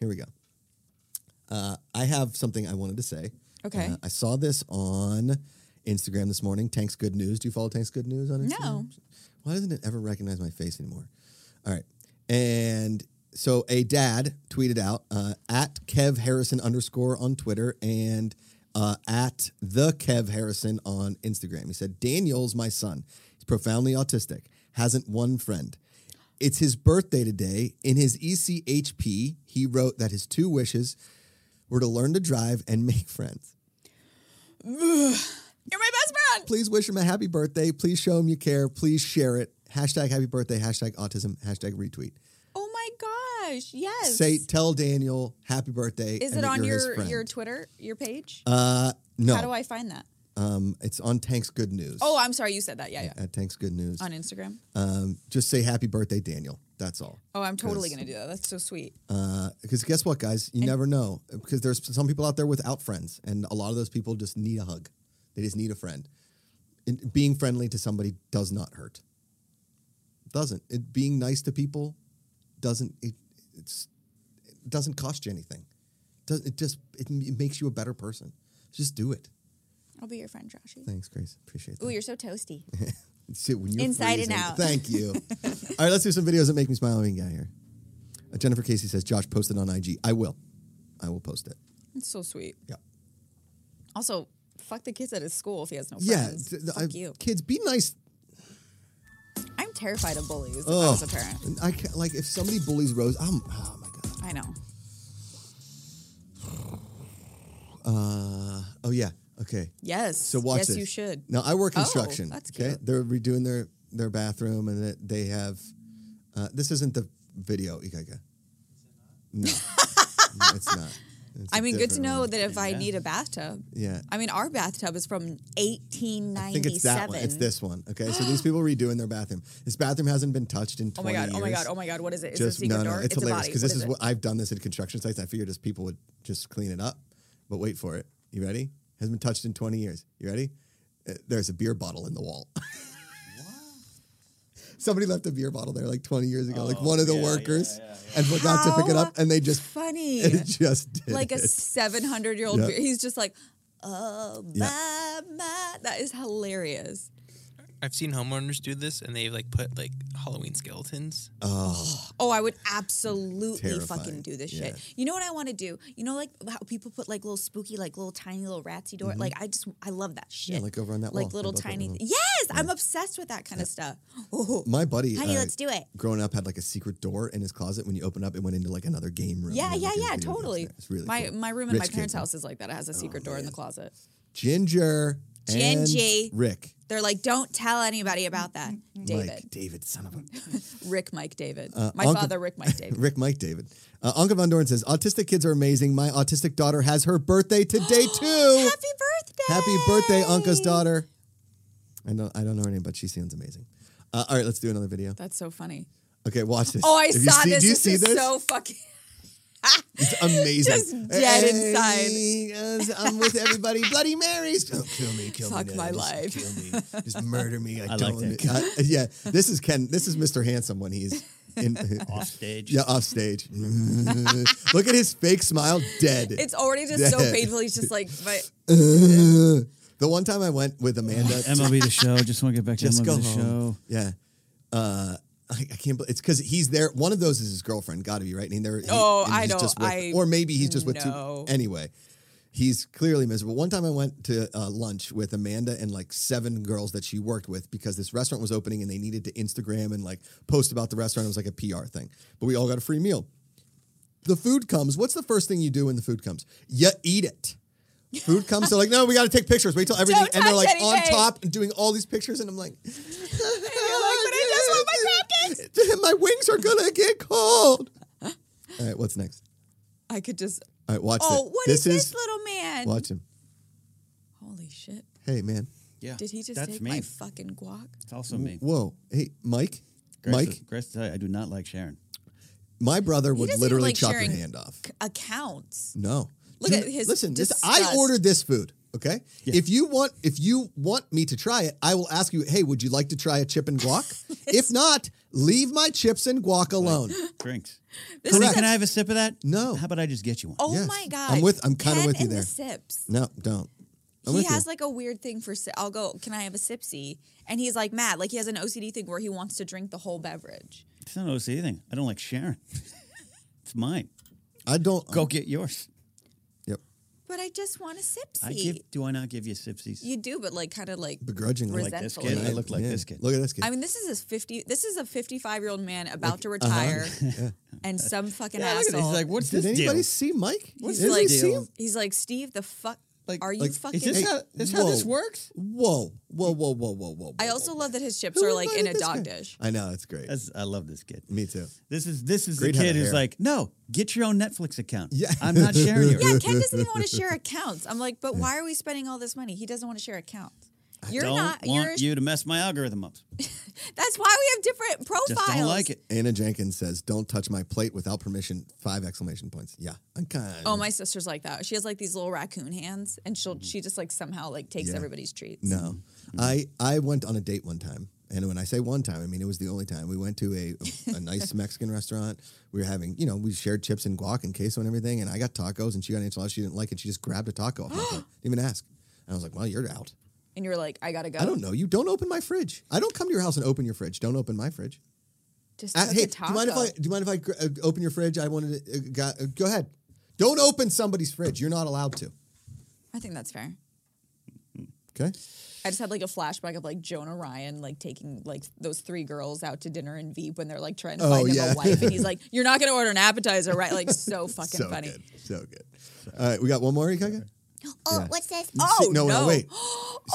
S1: here we go. Uh, I have something I wanted to say.
S2: Okay.
S1: Uh, I saw this on Instagram this morning. Tanks Good News. Do you follow Tanks Good News on Instagram?
S2: No.
S1: Why doesn't it ever recognize my face anymore? All right. And so a dad tweeted out uh, at Kev Harrison underscore on Twitter and uh, at the Kev Harrison on Instagram. He said, Daniel's my son. He's profoundly autistic, hasn't one friend. It's his birthday today. In his E ECHP, he wrote that his two wishes were to learn to drive and make friends
S2: You're my best friend.
S1: please wish him a happy birthday. Please show him you care. Please share it. Hashtag happy birthday. Hashtag autism. Hashtag retweet.
S2: Oh my gosh. Yes.
S1: Say tell Daniel happy birthday.
S2: is
S1: and
S2: it
S1: that
S2: on
S1: you're his
S2: your,
S1: friend.
S2: your Twitter, your page?
S1: uh no.
S2: How do I find that?
S1: um it's on Tank's Good News.
S2: Oh, I'm sorry. You said that. Yeah, yeah.
S1: at Tank's Good News.
S2: On Instagram.
S1: Um just say happy birthday Daniel. That's all.
S2: Oh, I'm totally
S1: 'Cause-
S2: going to do that. That's so sweet.
S1: Uh, because guess what, guys? You never know. Because there's some people out there without friends, and a lot of those people just need a hug. They just need a friend. And being friendly to somebody does not hurt. Doesn't it? Being nice to people doesn't it? It's it doesn't cost you anything. Does it just it, m- it makes you a better person? Just do it.
S2: I'll be your friend, Joshy.
S1: Thanks, Grace. Appreciate that.
S2: Ooh, you're so toasty.
S1: Shit, when you're
S2: Inside and
S1: freezing.
S2: out.
S1: Thank you. All right, let's do some videos that make me smile when we get out here. Uh, Jennifer Casey says, Josh, post it on IG. I will. I will post it.
S2: That's so sweet.
S1: Yeah.
S2: Also, fuck the kids at his school if he has no
S1: Yeah.
S2: friends.
S1: th- th-
S2: fuck
S1: I-
S2: you.
S1: Kids, be nice.
S2: I'm terrified of bullies if I
S1: Ugh.
S2: was a parent.
S1: And I can't, like, if somebody bullies Rose, I'm, oh my God.
S2: I know.
S1: Uh, oh, yeah. Okay.
S2: Yes.
S1: So watch
S2: Yes,
S1: this.
S2: you should.
S1: Now, I work
S2: Oh,
S1: construction.
S2: that's cute.
S1: They're redoing their, their bathroom and it, they have, uh, this isn't the video, Ikaika. No. it's not. It's a
S2: I mean, good to
S1: different
S2: know
S1: one.
S2: that if I
S3: Yeah.
S2: need a bathtub.
S1: Yeah.
S2: I mean, our bathtub is from 1897.
S1: I think it's that one. It's this one. Okay, so these people redoing their bathroom. This bathroom hasn't been touched in 20
S2: Oh my god! Oh my
S1: years.
S2: god! Oh my god! What is it? Is it a
S1: Just
S2: secret
S1: no, no,
S2: door?
S1: it's, hilarious
S2: a body.
S1: because this
S2: is
S1: is
S2: it?
S1: what I've done this at construction sites. and I figured just people would just clean it up, but wait for it. You ready? Hasn't been touched in 20 years. You ready? Uh, There's a beer bottle in the wall. Somebody left a beer bottle there like 20 years ago, like one of the
S3: Oh, yeah, yeah,
S1: workers,
S3: yeah,
S1: and forgot to pick it up,
S2: How
S1: and they just
S2: funny.
S1: it just did
S2: like a
S1: it.
S2: 700 year old
S1: Yeah.
S2: beer. he's just like oh
S1: Yeah.
S2: mama that is hilarious
S4: I've seen homeowners do this, and they like put like Halloween skeletons.
S2: oh i would absolutely
S1: Terrifying.
S2: fucking do this
S1: Yeah.
S2: shit you know what i want to do you know like how people put like little spooky like little tiny little ratsy door like i just i love that shit
S1: Mm-hmm. like over on that
S2: like
S1: wall.
S2: little
S1: Above that
S2: tiny
S1: wall.
S2: yes i'm obsessed with that kind of stuff oh
S1: My buddy,
S2: honey
S1: uh,
S2: let's do it
S1: growing up, had like a secret door in his closet. When you open up, it went into like another game room.
S2: yeah
S1: and,
S2: yeah
S1: like, his video
S2: yeah
S1: games
S2: totally
S1: there. It's really
S2: my
S1: cool.
S2: my room in
S1: Rich Oh,
S2: my
S1: kid
S2: parents
S1: thing.
S2: house is like that it has a secret door in the closet
S1: Ginger. and
S2: Gingy.
S1: Rick.
S2: they're like don't tell anybody about that david
S1: Mike. David, son of a.
S2: rick mike david
S1: Uh,
S2: my
S1: Uncle-
S2: father rick mike david
S1: Rick, Mike, David. Uh, Anka Von Doren says, Autistic kids are amazing. My autistic daughter has her birthday today, too.
S2: Happy birthday!
S1: Happy birthday, Anka's daughter. I don't, I don't know her name, but she sounds amazing. Uh, all right, let's do another video.
S2: That's so funny.
S1: Okay, watch this.
S2: Oh, I
S1: Have you
S2: saw
S1: seen-
S2: this.
S1: Do you
S2: this
S1: see
S2: is
S1: this?
S2: so fucking.
S1: It's amazing.
S2: Just dead inside.
S1: inside. I'm with everybody. Bloody Marys. Don't kill me. Kill
S2: Fuck
S1: me.
S2: my
S1: just
S2: life.
S1: Kill me. Just murder me. I,
S3: I
S1: don't.
S3: liked
S1: I- yeah, this is Ken. This is Mr. Handsome when he's in.
S3: off stage.
S1: yeah, off stage. Look at his fake smile. Dead.
S2: It's already just so
S1: Dead.
S2: painful. He's just like, but
S1: The one time I went with Amanda, to-
S3: MLB the show. Just want to get back to
S1: just
S3: MLB
S1: go
S3: the
S1: home.
S3: show.
S1: Yeah. Uh, I, I can't believe it's because he's there. One of those is his girlfriend. Got to be right. And they're, he-
S2: Oh,
S1: and
S2: I
S1: he's
S2: don't-
S1: Just with,
S2: I-
S1: or maybe he's just with
S2: no.
S1: two. Anyway, he's clearly miserable. One time I went to uh, lunch with Amanda and like seven girls that she worked with because this restaurant was opening and they needed to Instagram and like post about the restaurant. It was like a PR thing, but we all got a free meal. The food comes. What's the first thing you do when the food comes? You eat it. Food comes. They're like, no, we got to take pictures. Wait till everything. and they're
S2: touch
S1: like on
S2: anything.
S1: top and doing all these pictures. And I'm like,
S2: You're like, but I just want my packets.
S1: my wings are gonna get cold. All right, what's next?
S2: I could just.
S1: All right, watch
S2: Oh,
S1: it.
S2: what is
S1: this
S2: this little man?
S1: watch him.
S2: Holy shit!
S1: Hey, man.
S3: Yeah.
S2: Did he just
S3: That's
S2: take
S3: me.
S2: my fucking guac?
S3: It's also me.
S1: Whoa. Hey, Mike.
S3: Grace
S1: Mike,
S3: is- Grace, is- I do not like Sharon.
S1: my brother would
S2: doesn't
S1: literally
S2: like
S1: chop your
S2: sharing-
S1: hand off.
S2: C- accounts.
S1: No.
S2: Look
S1: Do-
S2: at his
S1: Listen, this, I
S2: disgust.
S1: ordered this food. Okay.
S3: Yeah.
S1: If you want, if you want me to try it, I will ask you. Hey, would you like to try a chip and guac? if not, leave my chips and guac alone.
S3: Drinks.
S2: This
S3: Honey,
S2: is
S3: can
S2: a-
S3: I have a sip of that?
S1: No.
S3: How about I just get you one?
S2: oh
S1: Yes.
S2: my
S1: I'm
S2: god!
S1: with- I'm kinda
S2: Ken
S1: with you
S2: and
S1: there.
S2: The sips.
S1: no, don't. I'm
S2: he
S1: with you.
S2: has like a weird thing for. si- I'll go. Can I have a sipsy? And he's like Matt. Like he has an OCD thing where he wants to drink the whole beverage.
S3: It's not an OCD thing. I don't like Sharon. it's mine.
S1: I don't.
S3: Go get yours.
S1: Yep.
S2: But I just want a sipsy.
S3: I give. Do I not give you sipsies?
S2: you do, but like kind of like.
S1: Begrudgingly.
S2: Resent-
S3: like this
S2: resentfully.
S3: kid. I look like
S1: Yeah.
S3: this kid.
S1: Look at this kid.
S2: I mean, this is his fifty. This is a fifty-five-year-old man about
S1: uh-huh.
S2: to retire, and some fucking
S3: Yeah, look at
S2: asshole.
S3: this. He's like, what's
S1: Did
S3: this
S1: anybody
S3: deal?
S1: see Mike?
S2: He's
S1: Did
S2: like,
S1: they see him?
S2: he's like, Steve, the fuck,
S3: Like-
S2: are you
S1: like, is
S2: fucking?
S3: this how- is how this works?
S1: Whoa, whoa, whoa, whoa, whoa, whoa!
S2: I also love that his chips
S1: Who
S2: are like in a
S1: invited this
S2: dog
S1: guy?
S2: dish.
S1: I know it's great.
S3: That's, I love this kid.
S1: Me too.
S3: This is this is
S1: Great
S3: the
S1: head
S3: kid
S1: of
S3: who's
S1: hair.
S3: like, no, get your own Netflix account.
S1: Yeah.
S3: I'm not sharing yours.
S2: Yeah, Ken doesn't even want to share accounts. I'm like, but why are we spending all this money? He doesn't want to share accounts. You're
S3: don't
S2: not. You're.
S3: want you to mess my algorithm up.
S2: that's why we have different profiles.
S3: Just don't like it.
S1: Anna Jenkins says, "Don't touch my plate without permission." Five exclamation points. Yeah, I'm kind.
S2: Oh, my sister's like that. She has like these little raccoon hands, and she'll she just like somehow like takes
S1: Mm. Yeah.
S2: everybody's treats.
S1: No, I I went on a date one time, and when I say one time, I mean it was the only time. We went to a a nice Mexican restaurant. We were having, you know, we shared chips and guac and queso and everything, and I got tacos, and she got enchiladas. She didn't like it. She just grabbed a taco off my plate, didn't even ask. And I was like, "Well, you're out."
S2: And you're like, I gotta go.
S1: I don't know you. Don't open my fridge. I don't come to your house and open your fridge. Don't open my fridge.
S2: Just
S1: Uh,
S2: took
S1: hey,
S2: a
S1: do you mind if
S2: taco.
S1: I do you mind if I gr- uh, open your fridge? I wanted to uh, go, uh, go ahead. Don't open somebody's fridge. You're not allowed to.
S2: I think that's fair.
S1: Okay.
S2: I just had like a flashback of like Jonah Ryan like taking like those three girls out to dinner in Veep when they're like trying to
S1: Oh,
S2: find him
S1: yeah.
S2: a wife, and he's like, "You're not gonna order an appetizer, right?" Like so fucking
S1: so
S2: funny.
S1: good. So good. All right, we got one more. Ikaga?
S2: Oh,
S1: Yeah.
S2: what's this? Oh
S1: See- no,
S2: no,
S1: no, wait.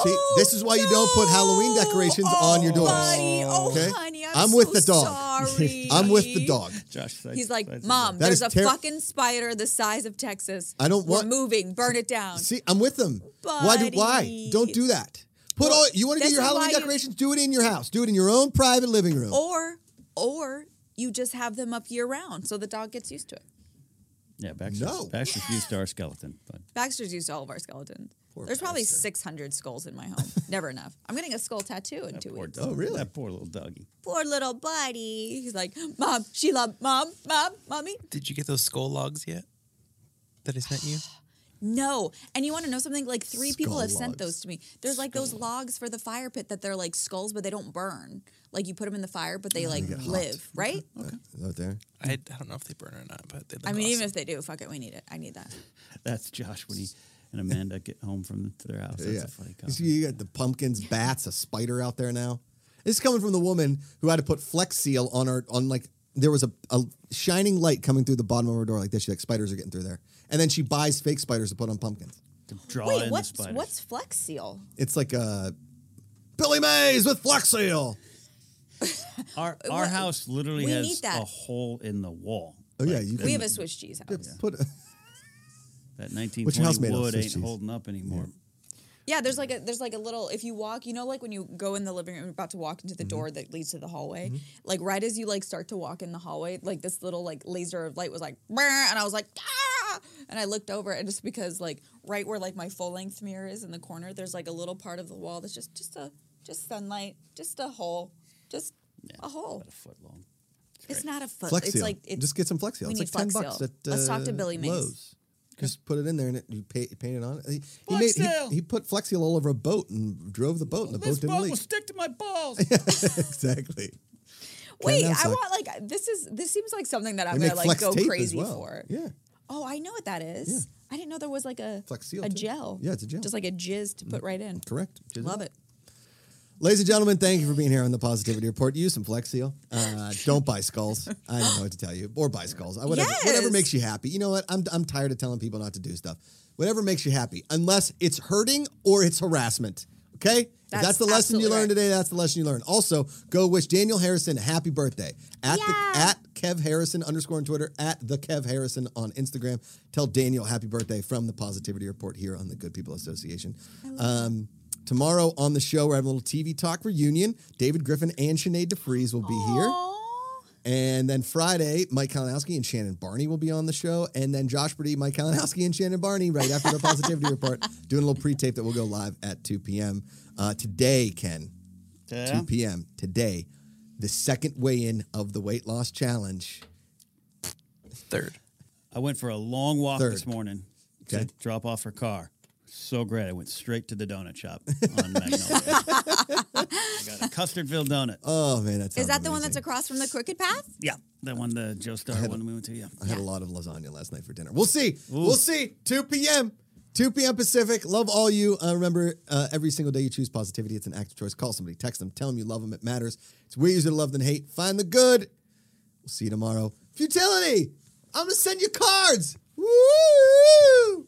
S1: See, this is why you don't put Halloween decorations
S2: Oh,
S1: on your doors.
S2: Buddy. Oh,
S1: Okay?
S2: honey, I'm,
S1: I'm with
S2: so
S1: the dog.
S2: Sorry.
S1: I'm with the dog.
S3: Josh, said-
S2: He's like,
S3: said that.
S2: "Mom,
S1: That
S2: there's
S1: is
S2: a
S1: ter-
S2: fucking spider the size of Texas.
S1: I don't want-
S2: We're moving. Burn it down."
S1: See, I'm with them. Why do why?
S2: Buddy.
S1: Don't do that. Put all you want to
S2: this
S1: get your
S2: is
S1: Halloween
S2: why you- Oh,
S1: decorations, do it in your house. Do it in your own private living room.
S2: or, or you just have them up year round, so the dog gets used to it.
S3: Yeah, Baxter's,
S1: No.
S3: Baxter's used to our skeleton, but
S2: Baxter's used all of our skeletons.
S1: Poor
S2: There's probably
S1: Baxter.
S2: 600 skulls in my home. Never enough. I'm getting a skull tattoo in two
S3: poor
S2: weeks.
S3: dog.
S1: Oh, really?
S3: That poor little doggy.
S2: Poor little buddy. He's like, Mom, she loved Mom, Mom, Mommy.
S4: Did you get those skull logs yet? That I sent you.
S2: No. And you want to know something? Like three people
S1: Skull
S2: have sent
S1: logs.
S2: those to me. There's like those logs for the fire pit that they're like skulls, but they don't burn. Like you put them in the fire, but they like
S1: get hot.
S2: live, right?
S1: Is that there?
S4: I, I don't know if they burn or not, but they look
S2: I mean, even
S4: awesome.
S2: if they do, fuck it, we need it. I need that.
S3: That's Josh when he and Amanda get home from their house. That's
S1: yeah.
S3: a funny
S1: You see,
S3: comment.
S1: You got the pumpkins, bats, a spider out there now. This is coming from the woman who had to put Flex Seal on our on like there was a, a shining light coming through the bottom of her door like this. She's like spiders are getting through there, and then she buys fake spiders to put on pumpkins.
S3: To draw in
S2: Wait,
S3: the
S2: what's
S3: spiders.
S2: what's Flex Seal?
S1: It's like a Billy Mays with Flex Seal.
S3: our our house literally
S2: uh, we
S3: has
S2: need that.
S3: a hole in the wall.
S1: Oh yeah, you
S2: We
S1: can
S2: have a Swiss cheese house.
S1: put.
S3: That
S1: What's your house
S3: 1920
S1: made of,
S3: wood
S1: Swiss
S3: ain't
S1: cheese?
S3: holding up anymore.
S2: Yeah, there's like a there's like a little if you walk, you know, like when you go in the living room, you're about to walk into
S1: Mm-hmm.
S2: the door that leads to the hallway. Like right as you like start to walk in the hallway, like this little like laser of light was like, "Brr," and I was like, ah! and I looked over, and just because like right where like my full length mirror is in the corner, there's like a little part of the wall that's just just a just sunlight, just a hole, just a hole.
S3: About a foot long.
S2: It's not a foot.
S1: Flex
S2: It's
S1: Seal.
S2: like it's
S1: Just get some Flex Seal.
S2: we
S1: It's
S2: need
S1: like ten
S2: Flex
S1: bucks
S2: Seal.
S1: at uh,
S2: Let's talk to Billy Mays.
S1: Lowe's. Just put it in there and it, you pa painted on it. He, he,
S3: Flex
S1: made,
S3: seal.
S1: he, he put Flexi all over a boat and drove the boat, and the
S3: This
S1: boat didn't
S3: bug will
S1: leak.
S3: stick to my balls.
S1: exactly.
S2: Wait,
S1: that's
S2: I
S1: like-
S2: want like this is this seems like something that I'm
S1: They
S2: gonna
S1: make
S2: like
S1: flex
S2: go
S1: tape
S2: crazy
S1: as well.
S2: for.
S1: Yeah,
S2: Oh, I know what that is. I didn't know there was like a
S1: Flex Seal,
S2: a
S1: too.
S2: gel.
S1: Yeah, it's a gel. Mm-hmm.
S2: Just like a jizz to put right in.
S1: correct. Did
S2: Love it.
S1: Ladies and gentlemen, thank you for being here on the Positivity Report. Use some Flex Seal. Uh, don't buy skulls. I don't know what to tell you. Or buy skulls. Uh, Whatever,
S2: Yes.
S1: whatever makes you happy. You know what? I'm, I'm tired of telling people not to do stuff. Whatever makes you happy, unless it's hurting or it's harassment. Okay? If
S2: That's
S1: that's the lesson you
S2: absolutely
S1: learned
S2: right.
S1: today. That's the lesson you learned. Also, go wish Daniel Harrison a happy birthday at
S2: Yeah.
S1: the at Kev Harrison underscore on Twitter at the Kev Harrison on Instagram. Tell Daniel happy birthday from the Positivity Report here on the Good People Association. Um, tomorrow on the show, we're having a little TV talk reunion. David Griffin and Sinead DeFries will be here.
S2: Aw.
S1: And then Friday, Mike Kalinowski and Shannon Barney will be on the show. And then Josh Brady, Mike Kalinowski, and Shannon Barney right after the Positivity Report, doing a little pre tape that will go live at 2 p.m. Uh, today, Ken, 2 p.m. today, the second weigh in of the weight loss challenge.
S4: Third.
S3: I went for a long walk
S1: Third.
S3: this morning
S1: Okay.
S3: to drop off her car. So great. I went straight to the donut shop on Magnolia. I got a Custardville donut.
S1: Oh, man, that
S2: Is
S1: sounds
S2: that the one
S1: amazing.
S2: that's across from the crooked path?
S3: yeah. That one, the Joe Star one we went to. Yeah.
S1: I had a lot of lasagna last night for dinner. We'll see. We'll see. 2 p.m. 2 p.m. Pacific. Love all you. Uh, remember, uh, every single day you choose positivity. It's an active choice. Call somebody, text them, tell them you love them. It matters. It's way easier to love than hate. Find the good. We'll see you tomorrow. Futility. I'm going to send you cards. Woo!